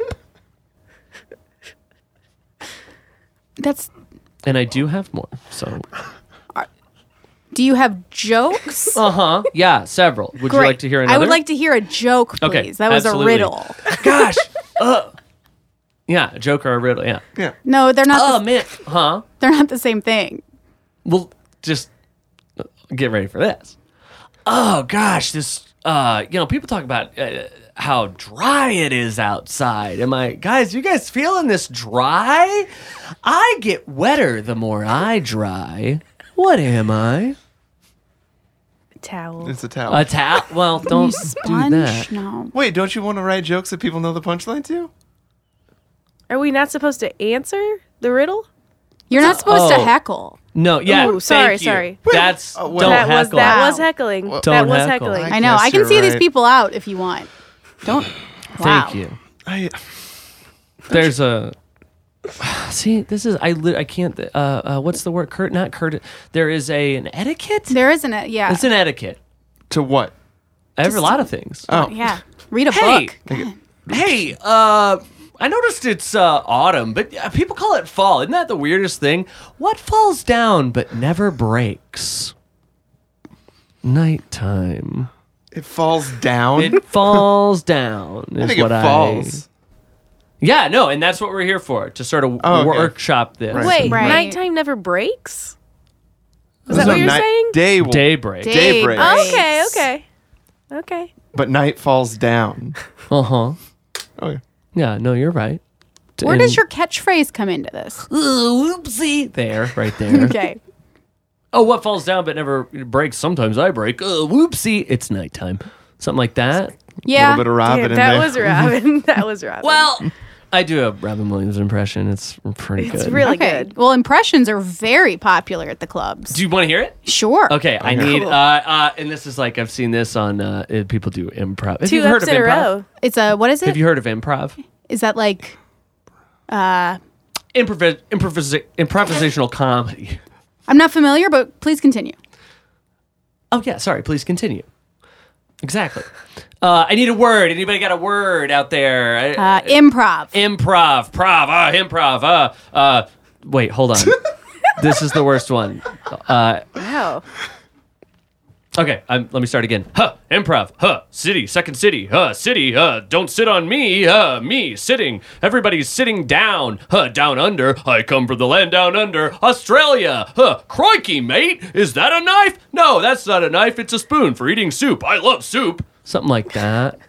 Speaker 3: That's.
Speaker 1: And I do have more. So,
Speaker 3: Do you have jokes?
Speaker 1: uh huh. Yeah, several. Would you like to hear another?
Speaker 3: I would like to hear a joke, please.
Speaker 1: Okay,
Speaker 3: that was
Speaker 1: absolutely.
Speaker 3: a riddle.
Speaker 1: Gosh. uh. Yeah, a joke or a riddle. Yeah.
Speaker 2: yeah.
Speaker 3: No, they're not.
Speaker 1: Oh
Speaker 3: the,
Speaker 1: man, huh?
Speaker 3: they're not the same thing.
Speaker 1: Well, just uh, get ready for this. Oh gosh, this uh, you know, people talk about uh, how dry it is outside. Am I guys, you guys feeling this dry? I get wetter the more I dry. What am I?
Speaker 4: Towel.
Speaker 2: It's a towel.
Speaker 1: A tap? Well,
Speaker 3: you
Speaker 1: don't do
Speaker 3: sponge?
Speaker 1: that.
Speaker 3: No.
Speaker 2: Wait, don't you want to write jokes that people know the punchline to?
Speaker 4: Are we not supposed to answer the riddle?
Speaker 3: You're not supposed to
Speaker 1: Oh.
Speaker 3: heckle.
Speaker 1: No, yeah.
Speaker 4: Ooh,
Speaker 1: thank
Speaker 4: sorry,
Speaker 1: you.
Speaker 4: sorry.
Speaker 1: That's
Speaker 2: Oh, well-
Speaker 1: don't
Speaker 4: that was
Speaker 1: heckle.
Speaker 4: that
Speaker 3: Wow.
Speaker 4: was heckling.
Speaker 2: Well-
Speaker 4: that
Speaker 1: Don't
Speaker 4: was
Speaker 1: heckle.
Speaker 4: heckling.
Speaker 3: I know.
Speaker 2: guess
Speaker 3: I can
Speaker 2: you're
Speaker 3: see these
Speaker 2: right.
Speaker 3: people out if you want. Don't.
Speaker 1: Thank
Speaker 3: Wow.
Speaker 1: you.
Speaker 2: I
Speaker 1: There's a [sighs] see. This is I. Li- I can't. Uh, uh, what's the word? Curt? Not curt. There is a an etiquette.
Speaker 3: There isn't it. Yeah.
Speaker 1: It's an etiquette.
Speaker 2: to what?
Speaker 1: I have a lot of things.
Speaker 2: Oh,
Speaker 3: yeah. [laughs] Read a
Speaker 1: Hey!
Speaker 3: book.
Speaker 1: hey, uh, I noticed it's uh, autumn, but uh, people call it fall. Isn't that the weirdest thing? What falls down but never breaks? Nighttime.
Speaker 2: it falls down.
Speaker 1: It falls [laughs] down. Is
Speaker 2: I think it
Speaker 1: what
Speaker 2: falls.
Speaker 1: Yeah, no, and that's what we're here for to sort of
Speaker 2: Oh, okay.
Speaker 1: workshop this.
Speaker 4: Wait,
Speaker 3: Right.
Speaker 4: nighttime never breaks? Is that
Speaker 2: So
Speaker 4: what you're
Speaker 2: night-
Speaker 4: saying?
Speaker 2: Day, will-
Speaker 1: Daybreak.
Speaker 2: Daybreak.
Speaker 4: Oh, okay, okay. Okay.
Speaker 2: but night
Speaker 1: [laughs]
Speaker 2: falls down. Oh,
Speaker 1: uh huh.
Speaker 2: Okay.
Speaker 1: Yeah, no, you're right.
Speaker 3: Where
Speaker 1: And-
Speaker 3: does your catchphrase come into
Speaker 1: [laughs]
Speaker 3: this?
Speaker 1: Ooh, oopsie? There, right there.
Speaker 3: Okay.
Speaker 1: Oh, what falls down but never breaks? Sometimes I break. Uh, whoopsie. It's nighttime. Something like that.
Speaker 2: A
Speaker 3: Yeah.
Speaker 2: little bit of Robin
Speaker 4: Yeah,
Speaker 2: in
Speaker 4: that
Speaker 2: there. [laughs]
Speaker 4: was Robin. [laughs] that was Robin.
Speaker 1: Well, [laughs] I do a Robin Williams impression. It's pretty
Speaker 4: it's
Speaker 1: good.
Speaker 4: really
Speaker 3: okay.
Speaker 4: good.
Speaker 3: Well, impressions are very popular at the clubs.
Speaker 1: do you want to hear it?
Speaker 3: sure.
Speaker 1: Okay, I need. Uh, uh, and this is like I've seen this on uh, uh, people do improv. Have
Speaker 4: Two
Speaker 1: you heard
Speaker 4: ups
Speaker 1: of
Speaker 4: in a
Speaker 1: improv?
Speaker 4: row.
Speaker 3: It's a what is it?
Speaker 1: Have you heard of improv?
Speaker 3: is that like
Speaker 1: Improvis- improvisa- improvisational comedy.
Speaker 3: I'm not familiar, but please continue.
Speaker 1: Oh yeah, sorry. Please continue. Exactly. Uh, I need a word. Anybody got a word out there? I-
Speaker 3: Uh, improv.
Speaker 1: improv, prov, uh, improv, uh, uh. Wait, hold on. this is the worst one.
Speaker 4: Wow.
Speaker 1: Okay, um, let me start again. Huh, improv. Huh, city, second city. Huh, city. Huh, don't sit on me. Huh, me sitting. Everybody's sitting down. Huh, down under. I come from the land down under. Australia. Huh, crikey, mate. Is that a knife? No, that's not a knife. It's a spoon for eating soup. I love soup. Something like that.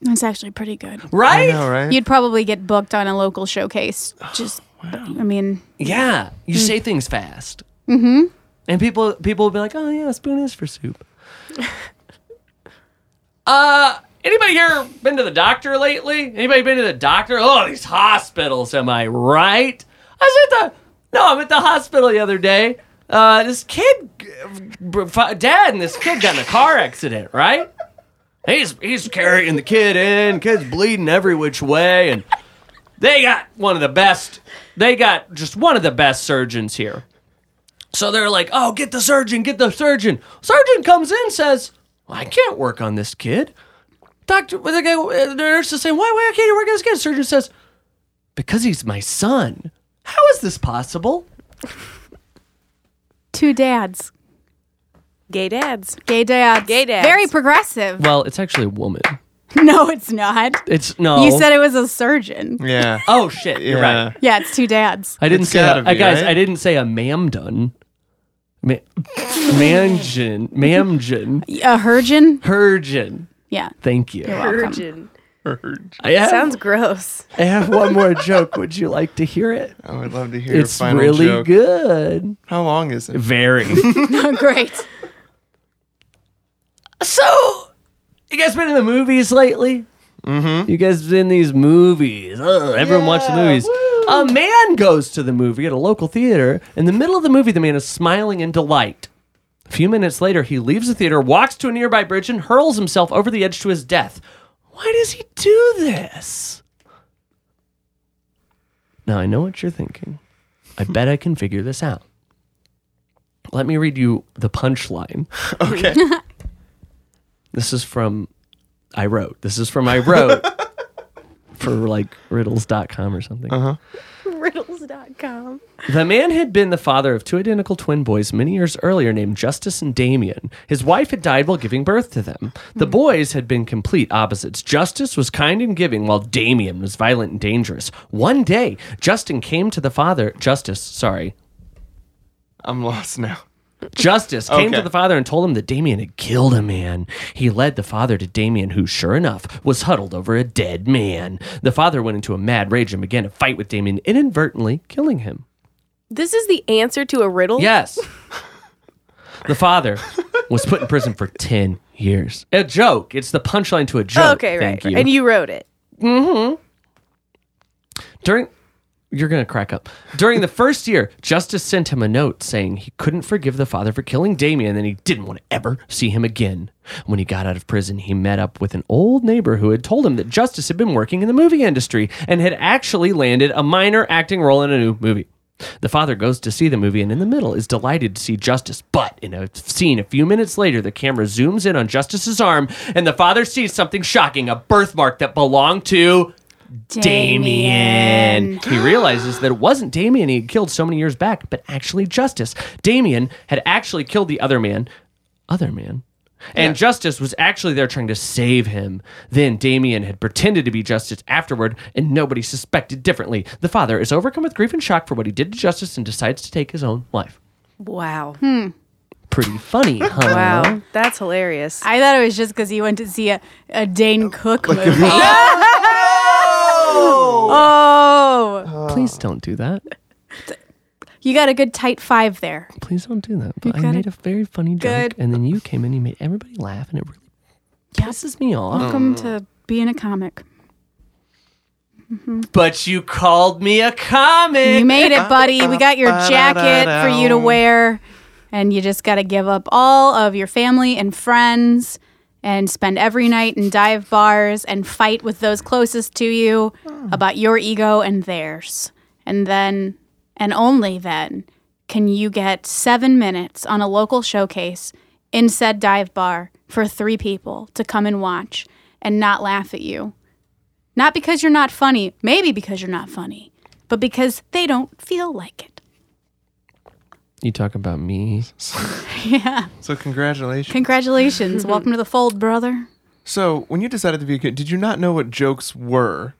Speaker 3: That's actually pretty good.
Speaker 1: Right?
Speaker 2: All right.
Speaker 3: You'd probably get booked on a
Speaker 1: [sighs]
Speaker 3: local
Speaker 1: Oh,
Speaker 3: showcase. Just, I mean,
Speaker 1: Yeah, you say things fast. Mm-hmm. And people people will be like, "Oh yeah, a spoon is for soup." uh, anybody here been to the doctor lately? Anybody been to the doctor? Oh, these hospitals, am I right? I was at the no, I'm at the hospital the other day. Uh, this kid, dad, and this kid got in a car accident, right? He's he's carrying the kid in, kid's bleeding every which way, and they got one of the best. They got just one of the best surgeons here. So they're like, "Oh, get the surgeon, get the surgeon." Surgeon comes in, says, well, "I can't work on this kid." Doctor, well, the, guy, uh, the nurse is saying, "Why, why can't you work on this kid?" Surgeon says, "Because he's my son." How is this possible?
Speaker 3: Two dads.
Speaker 4: Gay dads.
Speaker 3: Gay dads.
Speaker 4: Gay dads.
Speaker 3: Very progressive.
Speaker 1: Well, it's actually a woman.
Speaker 3: [laughs] No, it's not.
Speaker 1: It's no.
Speaker 3: You said it was a surgeon.
Speaker 2: Yeah.
Speaker 1: "Oh shit, [laughs] you're
Speaker 2: Yeah.
Speaker 1: right."
Speaker 3: Yeah, it's two dads.
Speaker 1: I didn't
Speaker 2: It's
Speaker 1: say
Speaker 2: gotta
Speaker 1: a, I-
Speaker 2: be,
Speaker 1: guys.
Speaker 2: right?
Speaker 1: I didn't say a ma'am done. Ma- [laughs] manjin, mamjin,
Speaker 3: A hergin?
Speaker 1: hergin.
Speaker 3: Yeah. [laughs]
Speaker 1: Thank you.
Speaker 3: You're welcome.
Speaker 4: Virgin.
Speaker 1: I have,
Speaker 4: Sounds gross. [laughs]
Speaker 1: I have one more joke. Would you like to hear it?
Speaker 2: I would love to hear your
Speaker 1: It's
Speaker 2: final
Speaker 1: really
Speaker 2: joke.
Speaker 1: good.
Speaker 2: How long is
Speaker 1: [laughs]
Speaker 2: it?
Speaker 1: Very.
Speaker 3: Great.
Speaker 1: so, you guys been in the movies lately? Mm-hmm. You guys been in these movies? Ugh, everyone watched the movies. A man goes to the movie at a local theater. In the middle of the movie, the man is smiling in delight. A few minutes later, he leaves the theater, walks to a nearby bridge, and hurls himself over the edge to his death. Why does he do this? Now, I know what you're thinking. I bet I can figure this out. Let me read you the punchline.
Speaker 2: Okay.
Speaker 1: This is from I wrote. This is from I wrote for like riddles.com or something.
Speaker 4: Riddles.com.
Speaker 1: The man had been the father of two identical twin boys many years earlier named Justice and Damien. His wife had died while giving birth to them. The boys had been complete opposites. Justice was kind and giving while Damien was violent and dangerous. One day, Justin came to the father, Justice, sorry,
Speaker 2: I'm lost now.
Speaker 1: Justice came
Speaker 2: Okay.
Speaker 1: to the father and told him that Damien had killed a man. He led the father to Damien, who, sure enough, was huddled over a dead man. The father went into a mad rage and began to fight with Damien, inadvertently killing him.
Speaker 4: This is the answer to a riddle?
Speaker 1: Yes. the father was put in prison for 10 years. A joke. It's the punchline to a joke.
Speaker 4: Oh, okay, right.
Speaker 1: Thank you.
Speaker 4: And you wrote it.
Speaker 1: During you're going to crack up. During the first year, Justice sent him a note saying he couldn't forgive the father for killing Damien and he didn't want to ever see him again. When he got out of prison, he met up with an old neighbor who had told him that Justice had been working in the movie industry and had actually landed a minor acting role in a new movie. The father goes to see the movie and in the middle is delighted to see Justice, but in a scene a few minutes later, the camera zooms in on Justice's arm and the father sees something shocking, a birthmark that belonged to Damien. He realizes that it wasn't Damien he had killed so many years back, but actually Justice. Damien had actually killed the other man. Other man. And Justice was actually there trying to save him. Then Damien had pretended to be Justice afterward, and nobody suspected differently. The father is overcome with grief and shock for what he did to Justice and decides to take his own life.
Speaker 4: Wow.
Speaker 1: Pretty funny, huh?
Speaker 4: Hmm. Wow. That's hilarious.
Speaker 3: I thought it was just because he went to see a, a Dane Cook movie. [laughs] oh!
Speaker 1: Please don't do that.
Speaker 3: You got a good tight five there.
Speaker 1: Please don't do that. But I
Speaker 3: gotta-
Speaker 1: made a very funny joke,
Speaker 3: Good.
Speaker 1: and then you came in, you made everybody laugh, and it really pisses me off.
Speaker 3: Welcome to being a comic.
Speaker 1: But you called me a comic.
Speaker 3: You made it, buddy. We got your jacket for you to wear, and you just got to give up all of your family and friends and spend every night in dive bars and fight with those closest to you about your ego and theirs. And then, and only then, can you get seven minutes on a local showcase in said dive bar for three people to come and watch and not laugh at you. Not because you're not funny, maybe because you're not funny, but because they don't feel like it.
Speaker 1: You talk about me.
Speaker 3: Yeah.
Speaker 2: So congratulations. [laughs]
Speaker 3: Congratulations. Welcome to the fold, brother.
Speaker 2: so when you decided to be a kid, did you not know what jokes were?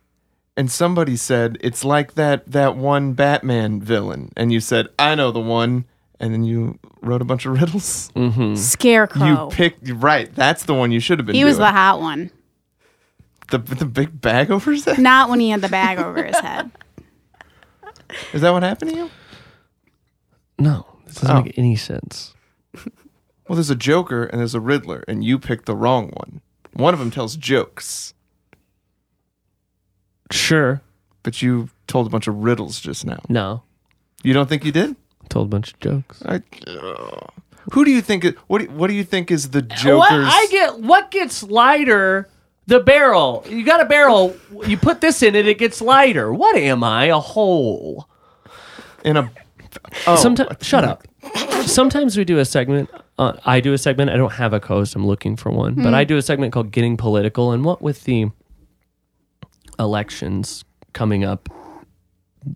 Speaker 2: And somebody said it's like that that one Batman villain, and you said I know the one, and then you wrote a bunch of riddles. You
Speaker 3: Scarecrow.
Speaker 2: Mm. picked right. That's the one you should have been.
Speaker 3: he was the
Speaker 2: doing.
Speaker 3: hot one.
Speaker 2: the the big bag over his head.
Speaker 3: Not when he had the
Speaker 2: [laughs]
Speaker 3: bag over his head.
Speaker 2: Is that what happened to you?
Speaker 1: No, This doesn't
Speaker 2: Oh.
Speaker 1: make any sense.
Speaker 2: Well, there's a Joker and there's a Riddler, and you picked the wrong one. One of them tells jokes,
Speaker 1: Sure.
Speaker 2: but you told a bunch of riddles just now.
Speaker 1: No.
Speaker 2: You don't think you did?
Speaker 1: Told a bunch of jokes.
Speaker 2: I, ugh. who do you think? i- What do, what do you think is the Joker's?
Speaker 1: What I get what gets lighter? The barrel. You got a barrel. You put this in it, it gets lighter. What am I? A hole.
Speaker 2: in a. Oh,
Speaker 1: Sometimes shut up. Sometimes we do a segment. Uh, I do a segment. I don't have a co-host. I'm looking for one, but I do a segment called "Getting Political." And what with the elections coming up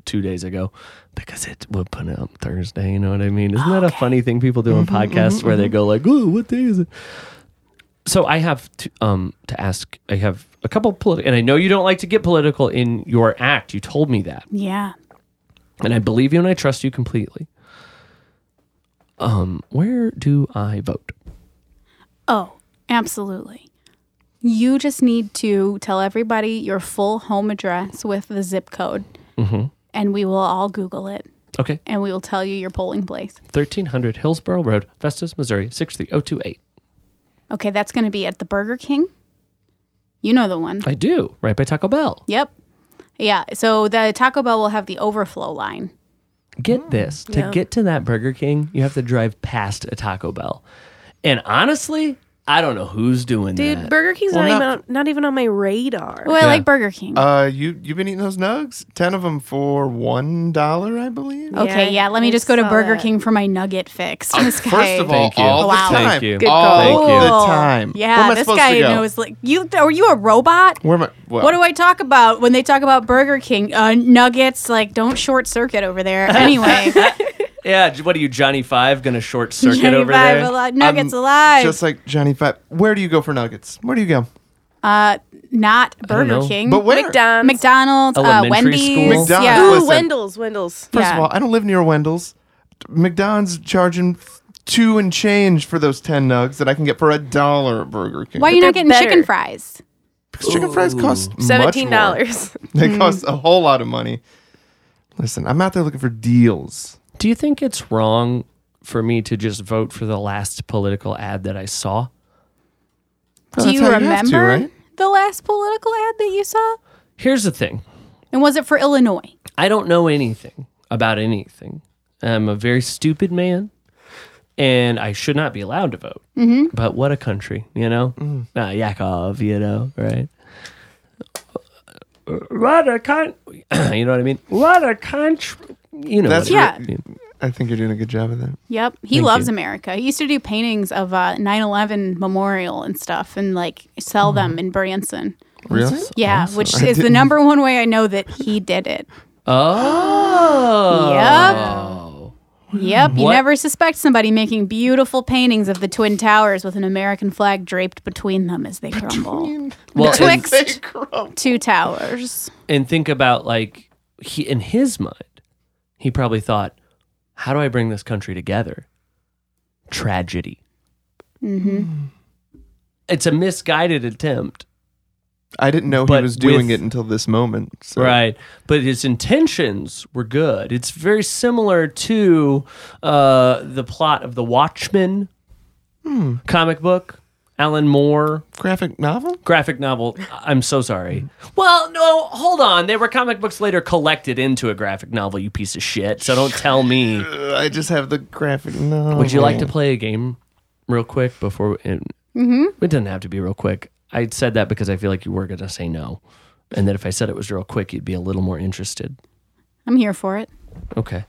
Speaker 1: two days ago, because it we're putting it up Thursday. You know what I mean? Isn't that a funny thing people do on podcasts where they go like, "Ooh, what day is it?" So I have to um to ask. I have a couple political, and I know you don't like to get political in your act. You told me that
Speaker 3: Yeah.
Speaker 1: and I believe you and I trust you completely. Um, where do I vote?
Speaker 3: Oh, absolutely. You just need to tell everybody your full home address with the zip code,
Speaker 2: Mm-hmm.
Speaker 3: and we will all Google it,
Speaker 1: Okay,
Speaker 3: and we will tell you your polling place.
Speaker 1: thirteen hundred Hillsborough Road, Festus, Missouri six three zero two eight.
Speaker 3: Okay, that's going to be at the Burger King. You know the one.
Speaker 1: I do right by Taco Bell.
Speaker 3: Yep. Yeah. So the Taco Bell will have the overflow line.
Speaker 1: Get this: to
Speaker 4: Yeah.
Speaker 1: get to that Burger King, you have to drive past a Taco Bell. And honestly, I don't know who's doing
Speaker 4: Dude,
Speaker 1: that.
Speaker 4: Burger King's
Speaker 2: Well,
Speaker 4: not,
Speaker 2: not-
Speaker 4: even on, not even on my radar.
Speaker 3: Oh, I
Speaker 1: Yeah.
Speaker 3: like Burger King.
Speaker 2: Uh, you you've been eating those nugs? Ten of them for one dollar, I believe.
Speaker 3: okay. Yeah.
Speaker 4: Yeah,
Speaker 3: let me
Speaker 4: I
Speaker 3: just go to
Speaker 4: saw
Speaker 3: Burger
Speaker 4: that.
Speaker 3: King for my nugget fix. Oh, [laughs] This guy-
Speaker 2: Uh, First of all,
Speaker 1: Thank you.
Speaker 2: all
Speaker 3: Wow.
Speaker 2: the
Speaker 3: Thank
Speaker 2: time,
Speaker 1: you. Good
Speaker 2: all
Speaker 1: call. Thank you.
Speaker 2: the time. Where am
Speaker 3: Yeah,
Speaker 2: I
Speaker 3: this
Speaker 2: supposed
Speaker 3: guy
Speaker 2: to go?
Speaker 3: knows like you. Are you a robot?
Speaker 2: Where am I? Well,
Speaker 3: What do I talk about when they talk about Burger King? Uh, nuggets, like don't short circuit
Speaker 2: [laughs]
Speaker 3: over there. Anyway,
Speaker 1: yeah, j- what are you, Johnny Five, gonna short circuit
Speaker 3: Johnny
Speaker 1: over
Speaker 3: Five
Speaker 1: there?
Speaker 3: alive- nuggets
Speaker 2: I'm
Speaker 3: alive.
Speaker 2: Just like Johnny Five. Where do you go for nuggets? Where do you go?
Speaker 3: uh, not
Speaker 1: don't
Speaker 3: Burger
Speaker 1: know.
Speaker 3: King,
Speaker 2: But where?
Speaker 4: McDonald's.
Speaker 3: McDonald's, uh,
Speaker 1: Elementary
Speaker 3: Wendy's,
Speaker 1: school?
Speaker 2: McDonald's.
Speaker 3: yeah,
Speaker 4: Ooh,
Speaker 2: Listen.
Speaker 4: Wendell's, Wendell's.
Speaker 2: First
Speaker 3: Yeah.
Speaker 2: of all, I don't live near Wendell's. McDonald's charging two and change for those ten nugs that I can get for a dollar at Burger King.
Speaker 3: Why are you not
Speaker 4: But they're
Speaker 3: getting
Speaker 4: better.
Speaker 3: chicken fries?
Speaker 2: Because chicken fries cost much more.
Speaker 4: Seventeen
Speaker 2: [laughs]
Speaker 4: dollars. [laughs]
Speaker 3: Hmm.
Speaker 2: They cost a whole lot of money. Listen, I'm out there looking for deals.
Speaker 1: Do you think it's wrong for me to just vote for the last political ad that I saw?
Speaker 2: Well,
Speaker 3: Do
Speaker 2: that's
Speaker 3: you
Speaker 2: how
Speaker 3: remember
Speaker 2: have to, right?
Speaker 3: the last political ad that you saw?
Speaker 1: Here's the thing:
Speaker 3: And was it for Illinois?
Speaker 1: I don't know anything about anything. I'm a very stupid man, and I should not be allowed to vote. Mm-hmm. But what a country, you know? Ah, Yakov, you know, right? What a country, [clears throat] you know what I mean? What a country, you know?
Speaker 2: That's
Speaker 1: what
Speaker 3: Yeah.
Speaker 1: I mean.
Speaker 2: I think you're doing a good job of that.
Speaker 3: Yep, he
Speaker 1: Thank
Speaker 3: loves
Speaker 1: you.
Speaker 3: America. He used to do paintings of uh, 9/11 memorial and stuff, and like sell them in Branson.
Speaker 2: Really?
Speaker 3: Yeah, which is the
Speaker 2: didn't-
Speaker 3: number one way I know that he did it.
Speaker 1: Oh,
Speaker 3: Yep, you
Speaker 1: What?
Speaker 3: never suspect somebody making beautiful paintings of the Twin Towers with an American flag draped between them as they crumble.
Speaker 1: Well, and-
Speaker 3: Betwixt two towers.
Speaker 1: and think about like he in his mind, he probably thought, "How do I bring this country together?" Tragedy. Mm-hmm. It's a misguided attempt,
Speaker 2: I didn't know he
Speaker 1: But
Speaker 2: was doing
Speaker 1: with-
Speaker 2: it until this moment. So.
Speaker 1: right? But his intentions were good. It's very similar to uh, the plot of the Watchmen comic book, Alan Moore.
Speaker 2: Graphic novel?
Speaker 1: graphic novel. I'm so sorry. Well, no, hold on. They were comic books later collected into a graphic novel, you piece of shit. So don't tell me.
Speaker 2: Uh, I just have the graphic novel.
Speaker 1: Would you like to play a game real quick before it, it doesn't have to be real quick. I said that because I feel like you were going to say no. And that if I said it was real quick, you'd be a little more interested.
Speaker 3: I'm here for it.
Speaker 1: Okay.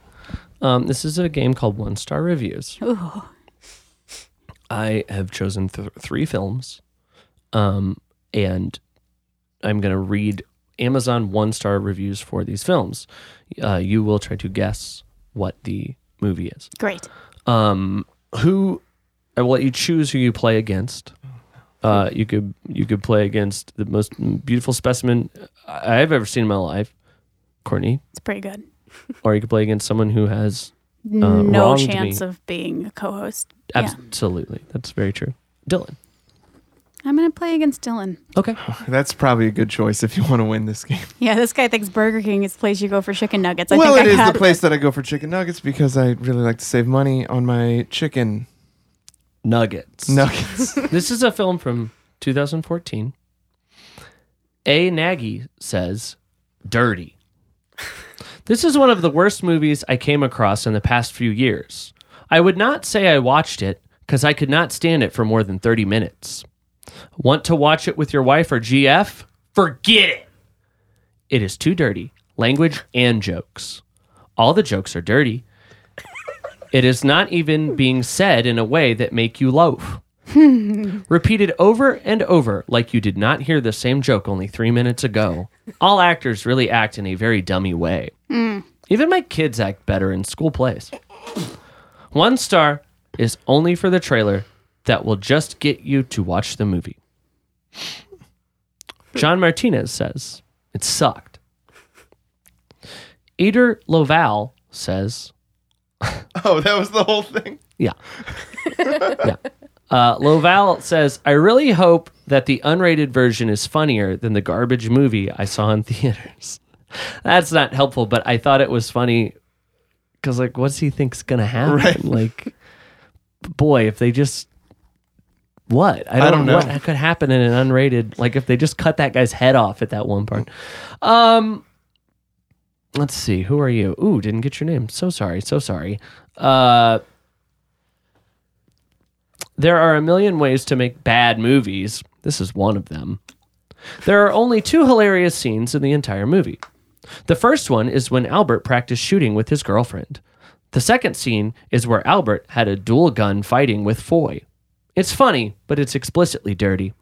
Speaker 1: Um, this is a game called One Star Reviews. I have chosen th- three films, um, and I'm going to read Amazon one star reviews for these films. Uh, you will try to guess what the movie is.
Speaker 3: Great.
Speaker 1: Um, who I will let you choose who you play against. Uh, you could you could play against the most beautiful specimen I- I've ever seen in my life, Courtney,
Speaker 3: It's pretty good.
Speaker 1: or you could play against someone who has
Speaker 3: no
Speaker 1: wronged
Speaker 3: chance
Speaker 1: me.
Speaker 3: of being a co-host. Yeah.
Speaker 1: Absolutely. That's very true. Dylan.
Speaker 3: I'm gonna play against Dylan.
Speaker 1: Okay.
Speaker 2: That's probably a good choice if you want to win this game.
Speaker 3: Yeah, this guy thinks Burger King is the place you go for chicken nuggets. I
Speaker 2: well,
Speaker 3: think
Speaker 2: it
Speaker 3: I
Speaker 2: is
Speaker 3: got
Speaker 2: the place that I go for chicken nuggets because I really like to save money on my chicken
Speaker 1: Nuggets.
Speaker 2: nuggets.
Speaker 1: This is a film from 2014. A. Nagy says, Dirty. This is one of the worst movies I came across in the past few years. I would not say I watched it because I could not stand it for more than 30 minutes. Want to watch it with your wife or GF? Forget it. It is too dirty, language and jokes. All the jokes are dirty. It is not even being said in a way that make you loaf repeated over and over like you did not hear the same joke only three minutes ago. All actors really act in a very dummy way. Even my kids act better in school plays. One star is only for the trailer that will just get you to watch the movie. John Martinez says, It sucked. Eder Loval says,
Speaker 2: oh, that was the whole thing.
Speaker 1: yeah. [laughs] yeah. Uh, Loval says, I really hope that the unrated version is funnier than the garbage movie I saw in theaters. That's not helpful, but I thought it was funny because, like, what's he think's going to happen?
Speaker 2: [laughs] Right.
Speaker 1: Like, boy, if they just. What? I don't,
Speaker 2: don't know.
Speaker 1: What could happen in an unrated, like, if they just cut that guy's head off at that one part. Um, let's see. Who are you? Ooh, didn't get your name. So sorry. So sorry. Uh, there are a million ways to make bad movies. This is one of them. There are only two hilarious scenes in the entire movie. The first one is when Albert practiced shooting with his girlfriend. The second scene is where Albert had a dual gun fighting with Foy. It's funny, but it's explicitly dirty.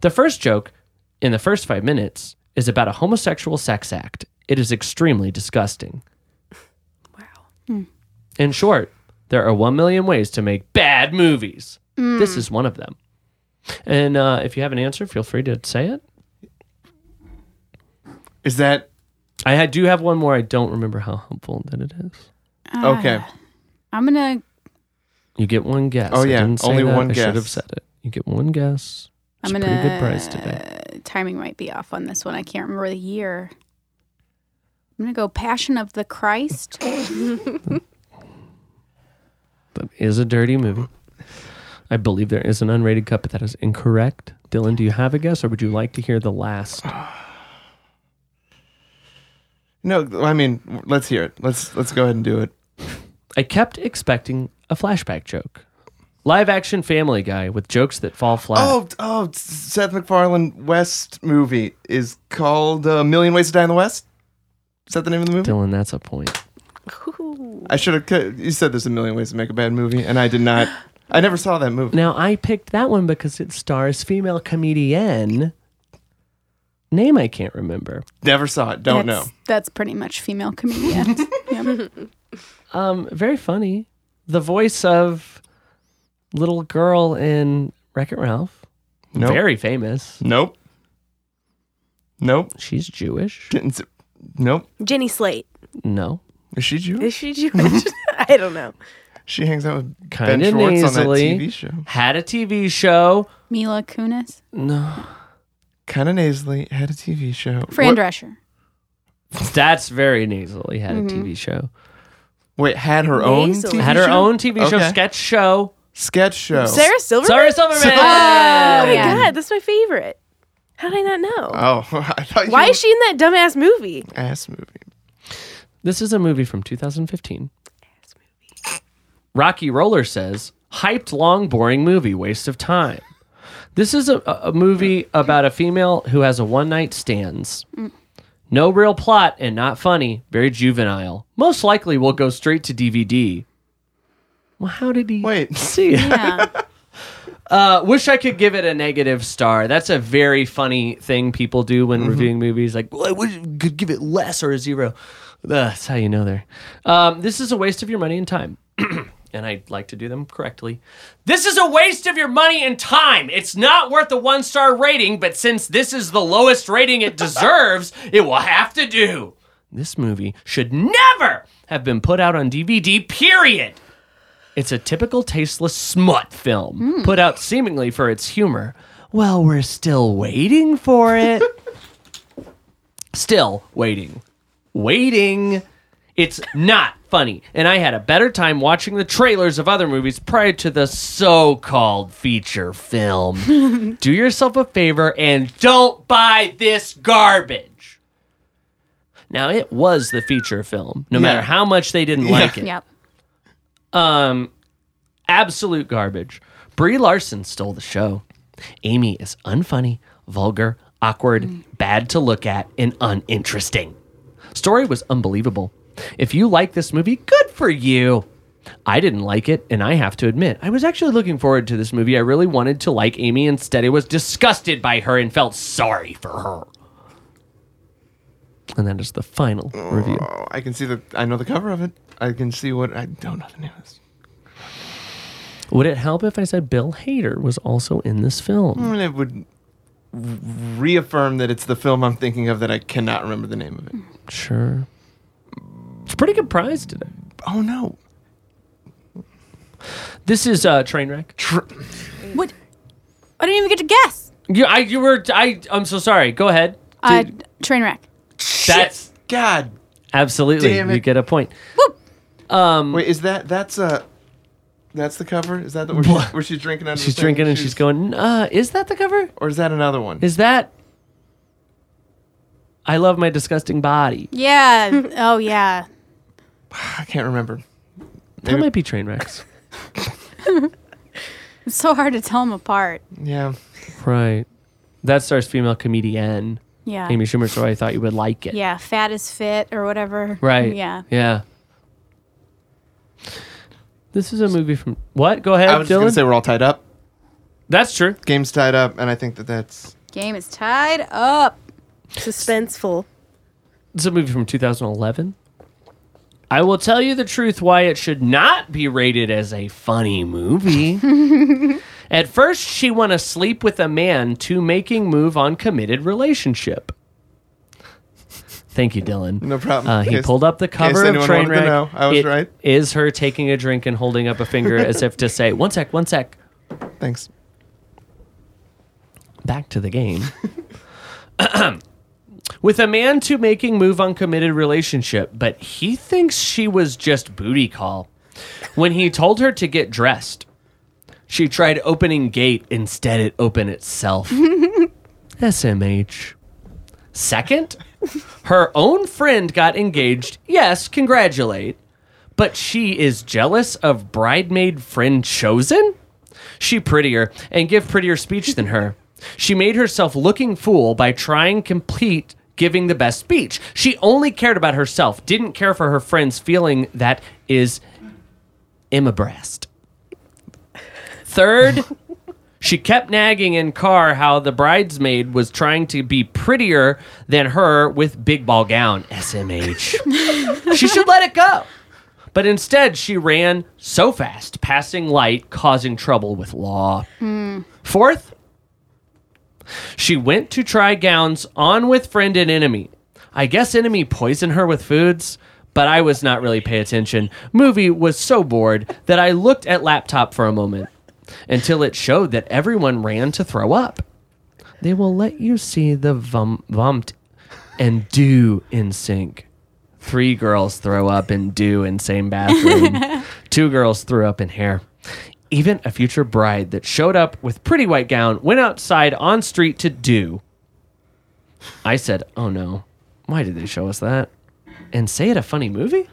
Speaker 1: The first joke, in the first five minutes, is about a homosexual sex act. It is extremely disgusting. In short, there are one million ways to make bad movies. This is one of them. And uh, if you have an answer, feel free to say it.
Speaker 2: Is that
Speaker 1: I had- do have one more. I don't remember how helpful that it is.
Speaker 2: okay?
Speaker 3: I'm gonna
Speaker 1: You get one guess.
Speaker 2: Oh,
Speaker 1: I
Speaker 2: yeah.
Speaker 1: didn't say
Speaker 2: Only
Speaker 1: that.
Speaker 2: one
Speaker 1: I should have
Speaker 2: guess.
Speaker 1: said it. You get one guess. It's
Speaker 3: I'm
Speaker 1: a pretty good prize
Speaker 3: gonna-
Speaker 1: today.
Speaker 3: uh, timing might be off on this one. I can't remember the year. I'm gonna go Passion of the Christ.
Speaker 1: That is a dirty movie. I believe there is an unrated cut, but that is incorrect. Dylan, do you have a guess, or would you like to hear the last?
Speaker 2: No, I mean, let's hear it. Let's let's go ahead and do it.
Speaker 1: I kept expecting a flashback joke. Live action Family Guy with jokes that fall flat.
Speaker 2: Oh, oh, Seth MacFarlane West movie is called A Million Ways to Die in the West. Is that the name of the movie?
Speaker 1: Dylan, that's a point.
Speaker 4: Ooh.
Speaker 2: I should have. You said there's a million ways to make a bad movie, and I did not. I never saw that movie.
Speaker 1: Now I picked that one because it stars female comedian name I can't remember.
Speaker 2: Never saw it. Don't
Speaker 3: that's,
Speaker 2: know.
Speaker 3: That's pretty much female comedian. Yep.
Speaker 1: Um, very funny. The voice of little girl in Wreck It Ralph.
Speaker 2: Nope.
Speaker 1: Very famous.
Speaker 2: Nope. Nope.
Speaker 1: She's Jewish.
Speaker 2: Didn't s- Nope.
Speaker 4: Jenny Slate.
Speaker 1: No.
Speaker 2: Is she Jewish?
Speaker 4: Is she Jewish? [laughs] I don't know.
Speaker 2: She hangs out with Ben
Speaker 1: Kinda
Speaker 2: Schwartz
Speaker 1: nasally.
Speaker 2: on that TV show.
Speaker 1: Had a TV show.
Speaker 3: Mila Kunis,
Speaker 1: No.
Speaker 2: Kind of nasally. Had a TV show.
Speaker 3: Fran
Speaker 2: What-
Speaker 3: Drescher.
Speaker 1: That's very nasally. Had
Speaker 2: Mm-hmm.
Speaker 1: a TV show.
Speaker 2: Wait, had her own
Speaker 4: Nasally.
Speaker 2: TV
Speaker 1: Had her
Speaker 2: show?
Speaker 1: own TV show,
Speaker 2: Okay.
Speaker 1: sketch show.
Speaker 2: sketch show.
Speaker 4: Sarah Silverman.
Speaker 1: Sarah Silverman.
Speaker 4: Oh my
Speaker 3: Yeah.
Speaker 4: god, that's my favorite. How did I not know?
Speaker 2: Oh, [laughs] I thought you
Speaker 4: Why
Speaker 2: were-
Speaker 4: is she in that dumbass movie?
Speaker 2: ass movie?
Speaker 1: This is a movie from 2015. Rocky Roller says, hyped, long, boring movie, waste of time. This is a, a a movie about a female who has a one night stands. No real plot and not funny, very juvenile. Most likely will go straight to DVD. Well, how did he
Speaker 2: Wait.
Speaker 1: see it?
Speaker 3: Yeah.
Speaker 1: Uh, wish I could give it a negative star. That's a very funny thing people do when reviewing movies. Like, well, I wish I could give it less or a zero. Ugh, that's how you know they're. Um, this is a waste of your money and time. [clears throat] and I like to do them correctly. This is a waste of your money and time. It's not worth the one star rating, but since this is the lowest rating it deserves, it will have to do. This movie should never have been put out on DVD, period. It's a typical tasteless smut film, put out seemingly for its humor. Well, we're still waiting for it. [laughs] still waiting. Waiting. It's not funny. And I had a better time watching the trailers of other movies prior to the so called feature [laughs] film. Do yourself a favor and don't buy this garbage. Now, it was the feature film, no matter how much they didn't like it.
Speaker 3: [laughs] Yep.
Speaker 1: Um, absolute garbage. Brie Larson stole the show. Amy is unfunny, vulgar, awkward, bad to look at, and uninteresting. Story was unbelievable. If you like this movie, good for you. I didn't like it, and I have to admit, I was actually looking forward to this movie. I really wanted to like Amy. Instead, I was disgusted by her and felt sorry for her. And that is the final review.
Speaker 2: Oh, I can see the. I know the cover of it. I can see what. I don't know the name of this.
Speaker 1: Would it help if I said Bill Hader was also in this film?
Speaker 2: I mean, it would reaffirm that it's the film I'm thinking of that I cannot remember the name of it.
Speaker 1: Sure. It's a pretty good prize today.
Speaker 2: Oh no!
Speaker 1: This is uh, Trainwreck.
Speaker 3: What? I didn't even get to guess.
Speaker 1: You, I, you were, I, I'm so sorry. Go ahead.
Speaker 3: Uh, train wreck.
Speaker 1: That's
Speaker 2: God.
Speaker 1: absolutely.
Speaker 2: Damn it.
Speaker 1: You get a point. Mm.
Speaker 2: Wait, is that that's uh that's the cover? Is that the where, she- where she's drinking? Under the
Speaker 1: She's
Speaker 2: thing?
Speaker 1: drinking and she's going. Uh, is that the cover?
Speaker 2: Or is that another one?
Speaker 1: Is that? I love my disgusting body.
Speaker 3: Yeah. [laughs] oh yeah.
Speaker 2: I can't remember.
Speaker 1: That might be Trainwrecks.
Speaker 3: It's so hard to tell them apart.
Speaker 2: Yeah.
Speaker 1: [laughs] right. That stars female comedian
Speaker 3: Yeah.
Speaker 1: Amy Schumer. So I thought you would like it.
Speaker 3: Yeah. Fat is fit or whatever.
Speaker 1: Right.
Speaker 3: Yeah.
Speaker 1: Yeah. This is a movie from what? Go ahead,
Speaker 2: I was just
Speaker 1: Dylan.
Speaker 2: gonna say we're all tied up.
Speaker 1: That's true.
Speaker 2: Game's tied up, and I think that that's
Speaker 3: Game is tied up.
Speaker 4: Suspenseful.
Speaker 1: It's a movie from 2011. I will tell you the truth why it should not be rated as a funny movie. At first, she went to sleep with a man to making move on committed relationship. Thank you, Dylan.
Speaker 2: no problem.
Speaker 1: Uh, he
Speaker 2: Case-
Speaker 1: pulled up the cover of
Speaker 2: anyone wanted to
Speaker 1: Trainwreck.
Speaker 2: know, I was
Speaker 1: It
Speaker 2: right.
Speaker 1: Is her taking a drink and holding up a finger as if to say, "One sec, one sec."
Speaker 2: Thanks.
Speaker 1: back to the game. [clears throat] With a man to making move on committed relationship, but he thinks she was just booty call. When he told her to get dressed, she tried opening gate, instead it opened itself. [laughs] SMH. Second, her own friend got engaged. Yes, congratulate. But she is jealous of bridemaid friend chosen? She prettier and give prettier speech than her. She made herself looking fool by trying complete giving the best speech. She only cared about herself, didn't care for her friends feeling that is immobrast. Third, she kept nagging in car how the bridesmaid was trying to be prettier than her with big ball gown, SMH. she should let it go. But instead, she ran so fast, passing light, causing trouble with law. Fourth, she went to try gowns on with friend and enemy. I guess enemy poisoned her with foods, but I was not really pay attention. Movie was so bored that I looked at laptop for a moment until it showed that everyone ran to throw up. They will let you see the vom- vomit and do in sync. Three girls throw up and do in same bathroom. Two girls threw up in hair. Even a future bride that showed up with pretty white gown went outside on street to do. I said, "Oh no. Why did they show us that?" And say it a funny movie?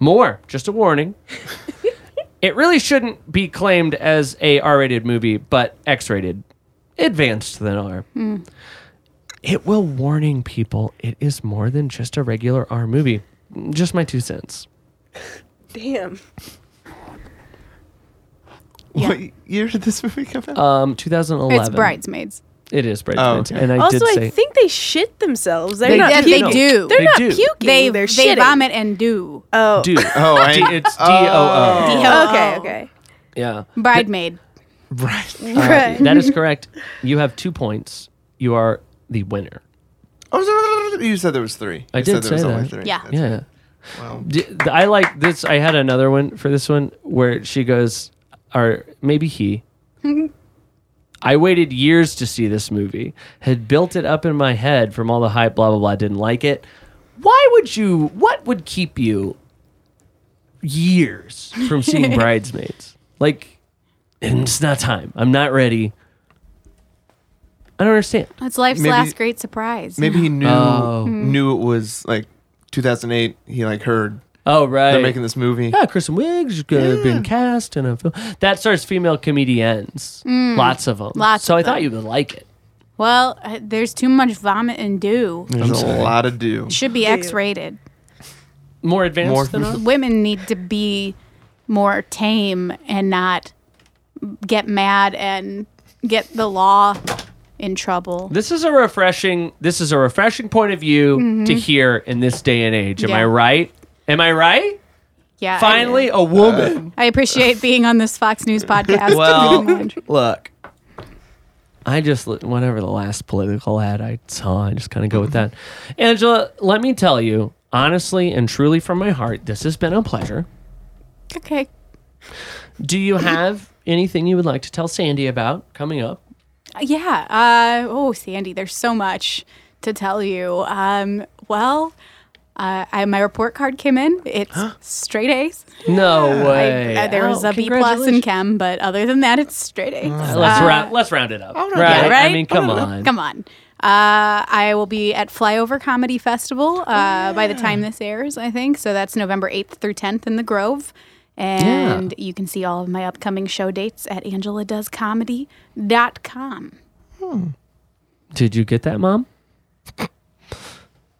Speaker 1: More, just a warning. it really shouldn't be claimed as a R-rated movie, but X-rated. Advanced than R it will warning people it is more than just a regular R movie. Just my two cents.
Speaker 4: Damn.
Speaker 3: Yeah.
Speaker 2: What year did this movie come out?
Speaker 1: Um, 2011.
Speaker 3: It's bridesmaids.
Speaker 1: It is bridesmaids,
Speaker 2: okay.
Speaker 1: and I
Speaker 4: also,
Speaker 1: did
Speaker 4: I
Speaker 1: say
Speaker 4: think they shit themselves. They're
Speaker 3: They-
Speaker 4: not.
Speaker 3: yeah, they
Speaker 4: puking.
Speaker 3: do.
Speaker 4: They're
Speaker 1: They
Speaker 4: not
Speaker 1: do.
Speaker 4: puking.
Speaker 3: They
Speaker 4: They're
Speaker 3: they
Speaker 4: shitting.
Speaker 3: vomit and do.
Speaker 4: Oh.
Speaker 1: do.
Speaker 2: oh,
Speaker 1: [laughs]
Speaker 2: I,
Speaker 1: D- it's D O O.
Speaker 4: [laughs]
Speaker 3: D-O-O.
Speaker 4: Okay. Okay.
Speaker 1: Yeah, [laughs]
Speaker 3: Bridemaid.
Speaker 2: right.
Speaker 4: Right.
Speaker 1: that is correct. You have two points. You are the winner.
Speaker 2: Oh, so- you said there was three.
Speaker 1: I
Speaker 2: You
Speaker 1: did
Speaker 2: said there
Speaker 1: say
Speaker 2: was only
Speaker 1: that.
Speaker 2: three.
Speaker 3: Yeah.
Speaker 2: That's-
Speaker 1: Yeah. D- th- I like this. I had another one for this one where she goes, or maybe he. I waited years to see this movie. Had built it up in my head from all the hype. Blah blah blah. Didn't like it. Why would you? What would keep you years from seeing Bridesmaids? Like, it's not time. I'm not ready. I don't understand.
Speaker 3: It's life's
Speaker 2: Maybe-
Speaker 3: last great surprise.
Speaker 2: Maybe he knew
Speaker 1: Oh.
Speaker 4: Hmm.
Speaker 2: knew it was like 2008. He like heard
Speaker 1: Oh right.
Speaker 2: they're making this movie.
Speaker 1: yeah, Kristen Wiig's uh, been cast in a film that stars female comedians, lots of them.
Speaker 3: Mm. Lots
Speaker 1: So
Speaker 3: of
Speaker 1: I thought
Speaker 3: them.
Speaker 1: you would like it.
Speaker 3: Well, uh, there's too much vomit and dew.
Speaker 2: There's a lot of do.
Speaker 3: Should be X-rated.
Speaker 1: More advanced
Speaker 2: More-
Speaker 1: than us.
Speaker 3: Women need to be more tame and not get mad and get the law in trouble.
Speaker 1: This is a refreshing. This is a refreshing point of view to hear in this day and age. Am I
Speaker 3: Mm-hmm. Yeah.
Speaker 1: right? Am I right?
Speaker 3: Yeah. I-
Speaker 1: Finally, a woman.
Speaker 3: I, appreciate being on this Fox
Speaker 1: [laughs]
Speaker 3: News podcast.
Speaker 1: Well, look. I just li- whatever the last political ad I saw, I just kind of go with that. Mm-hmm. Angela, let me tell you honestly and truly from my heart, this has been a pleasure.
Speaker 3: okay.
Speaker 1: Do
Speaker 3: [laughs]
Speaker 1: you have anything you would like to tell Sandy about coming up?
Speaker 3: Yeah. Uh, oh, Sandy, there's so much to tell you. Um, well, uh, I, my report card came in. It's straight A's.
Speaker 1: No
Speaker 3: I-
Speaker 1: way.
Speaker 3: uh, there was
Speaker 1: Oh,
Speaker 3: a B plus in
Speaker 1: congratulations.
Speaker 3: chem, but other than that, it's straight A's.
Speaker 1: Let's
Speaker 3: Uh,
Speaker 1: round. Let's round it up. Right.
Speaker 3: Yeah,
Speaker 1: I
Speaker 3: right? Oh,
Speaker 1: mean, come on.
Speaker 3: Come on. Uh, I will be at Flyover Comedy Festival uh, by the time this airs, I think. So that's November 8th through 10th in the Grove. And you can see all of my upcoming show dates at angeladoescomedy.com.
Speaker 1: Did you get that, mom?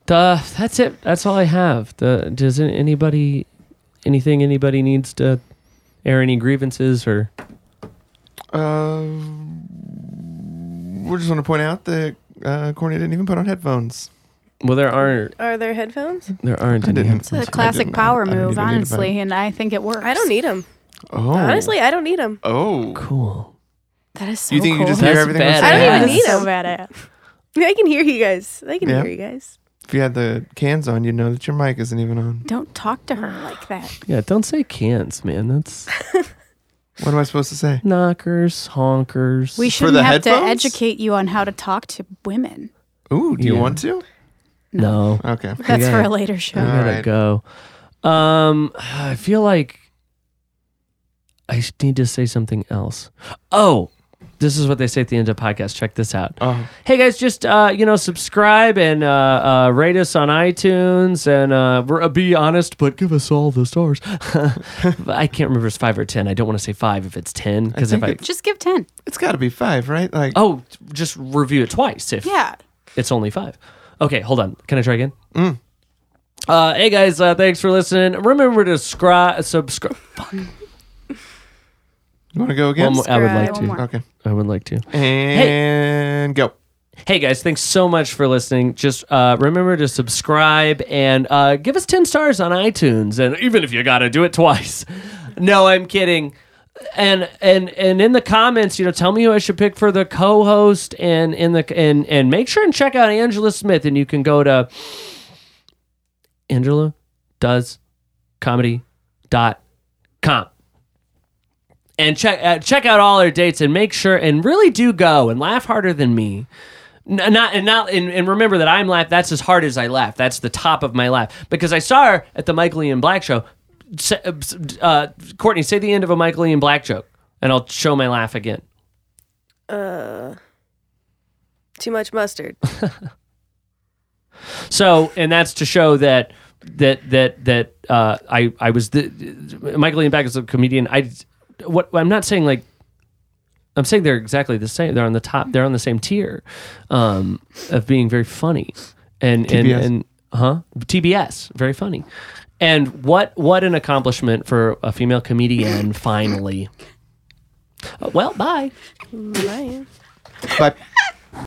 Speaker 1: Duh, that's it. That's all I have. The, does an- anybody, anything anybody needs to air any grievances or?
Speaker 2: Uh, we just want to point out that uh, Courtney didn't even put on headphones.
Speaker 1: Well, there aren't.
Speaker 4: Are there headphones?
Speaker 1: There aren't
Speaker 2: I
Speaker 1: any.
Speaker 2: didn't.
Speaker 1: headphones.
Speaker 2: I
Speaker 3: It's a
Speaker 2: didn't-
Speaker 3: classic
Speaker 2: I
Speaker 3: power
Speaker 2: didn't
Speaker 3: move,
Speaker 2: even need to buy
Speaker 3: honestly, and I think it works.
Speaker 4: I don't e-, need them.
Speaker 2: Oh.
Speaker 4: Honestly, I don't need them.
Speaker 2: Oh.
Speaker 1: Cool.
Speaker 3: that. Is so
Speaker 2: You think
Speaker 3: cool.
Speaker 2: you just
Speaker 1: That's
Speaker 2: hear everything?
Speaker 1: badass.
Speaker 2: I'm
Speaker 4: I don't
Speaker 2: saying?
Speaker 4: even need
Speaker 3: so
Speaker 4: them.
Speaker 3: badass.
Speaker 4: [laughs] I can hear you guys. I can
Speaker 2: Yeah.
Speaker 4: hear you guys.
Speaker 2: If you had the cans on, you'd know that your mic isn't even on.
Speaker 3: Don't talk to her like that.
Speaker 1: Yeah, don't say cans, man. That's
Speaker 2: What am I supposed to say?
Speaker 1: knockers, honkers.
Speaker 3: We
Speaker 2: For
Speaker 3: shouldn't
Speaker 2: the
Speaker 3: have to
Speaker 2: headphones?
Speaker 3: educate you on how to talk to women.
Speaker 2: Ooh, do you
Speaker 1: Yeah.
Speaker 2: want to?
Speaker 1: no.
Speaker 2: Okay.
Speaker 3: That's
Speaker 1: got
Speaker 3: for
Speaker 1: it.
Speaker 3: a later show.
Speaker 1: We gotta
Speaker 2: Alright.
Speaker 1: go. Um, I feel like I sh- need to say something else. Oh, this is what they say at the end of podcast. Check this out.
Speaker 2: Oh,
Speaker 1: Hey guys, just uh, you know, subscribe and uh, uh, rate us on iTunes, and uh, we're- be honest, but give us all the stars. [laughs] I can't remember if it's five or ten. I don't want to say five if it's ten because if
Speaker 2: think
Speaker 1: I
Speaker 2: it's-
Speaker 3: Just give 10.
Speaker 2: it's got to be five, right? Like,
Speaker 1: oh, just review it twice if
Speaker 3: Yeah.
Speaker 1: it's only five. Okay, hold on. Can I try again? Uh, hey guys, uh, thanks for listening. Remember to scri- subscribe.
Speaker 2: you want to go again?
Speaker 1: One more- I would like
Speaker 4: Subscribe.
Speaker 1: to.
Speaker 3: One more.
Speaker 2: Okay.
Speaker 1: I would like to.
Speaker 2: And go.
Speaker 1: Hey guys, thanks so much for listening. Just uh, remember to subscribe and uh, give us 10 stars on iTunes. And even if you got to do it twice. [laughs] No, I'm kidding. And and and in the comments, you know, tell me who I should pick for the co-host and in the and and make sure and check out Angela Smith and you can go to Angela does comedy.com and check uh, check out all our dates and make sure and really do go and laugh harder than me N- not and not and, and remember that I'm laugh. That's as hard as I laugh. That's the top of my laugh because I saw her at the Michael Ian Black show. S- uh, s- uh, Courtney, say the end of a Michael Ian Black joke, and I'll show my laugh again.
Speaker 4: Uh, too much
Speaker 2: [laughs]
Speaker 4: mustard.
Speaker 1: So, and that's to show that that that that uh, I I was the Michael Ian Black is a comedian. I what I'm not saying like I'm saying they're exactly the same. They're on the top. They're on the same tier um, of being very funny and and
Speaker 2: TBS.
Speaker 1: and huh TBS very funny. And what what an accomplishment for a female comedian finally. Uh, well, bye.
Speaker 4: Bye.
Speaker 2: Bye.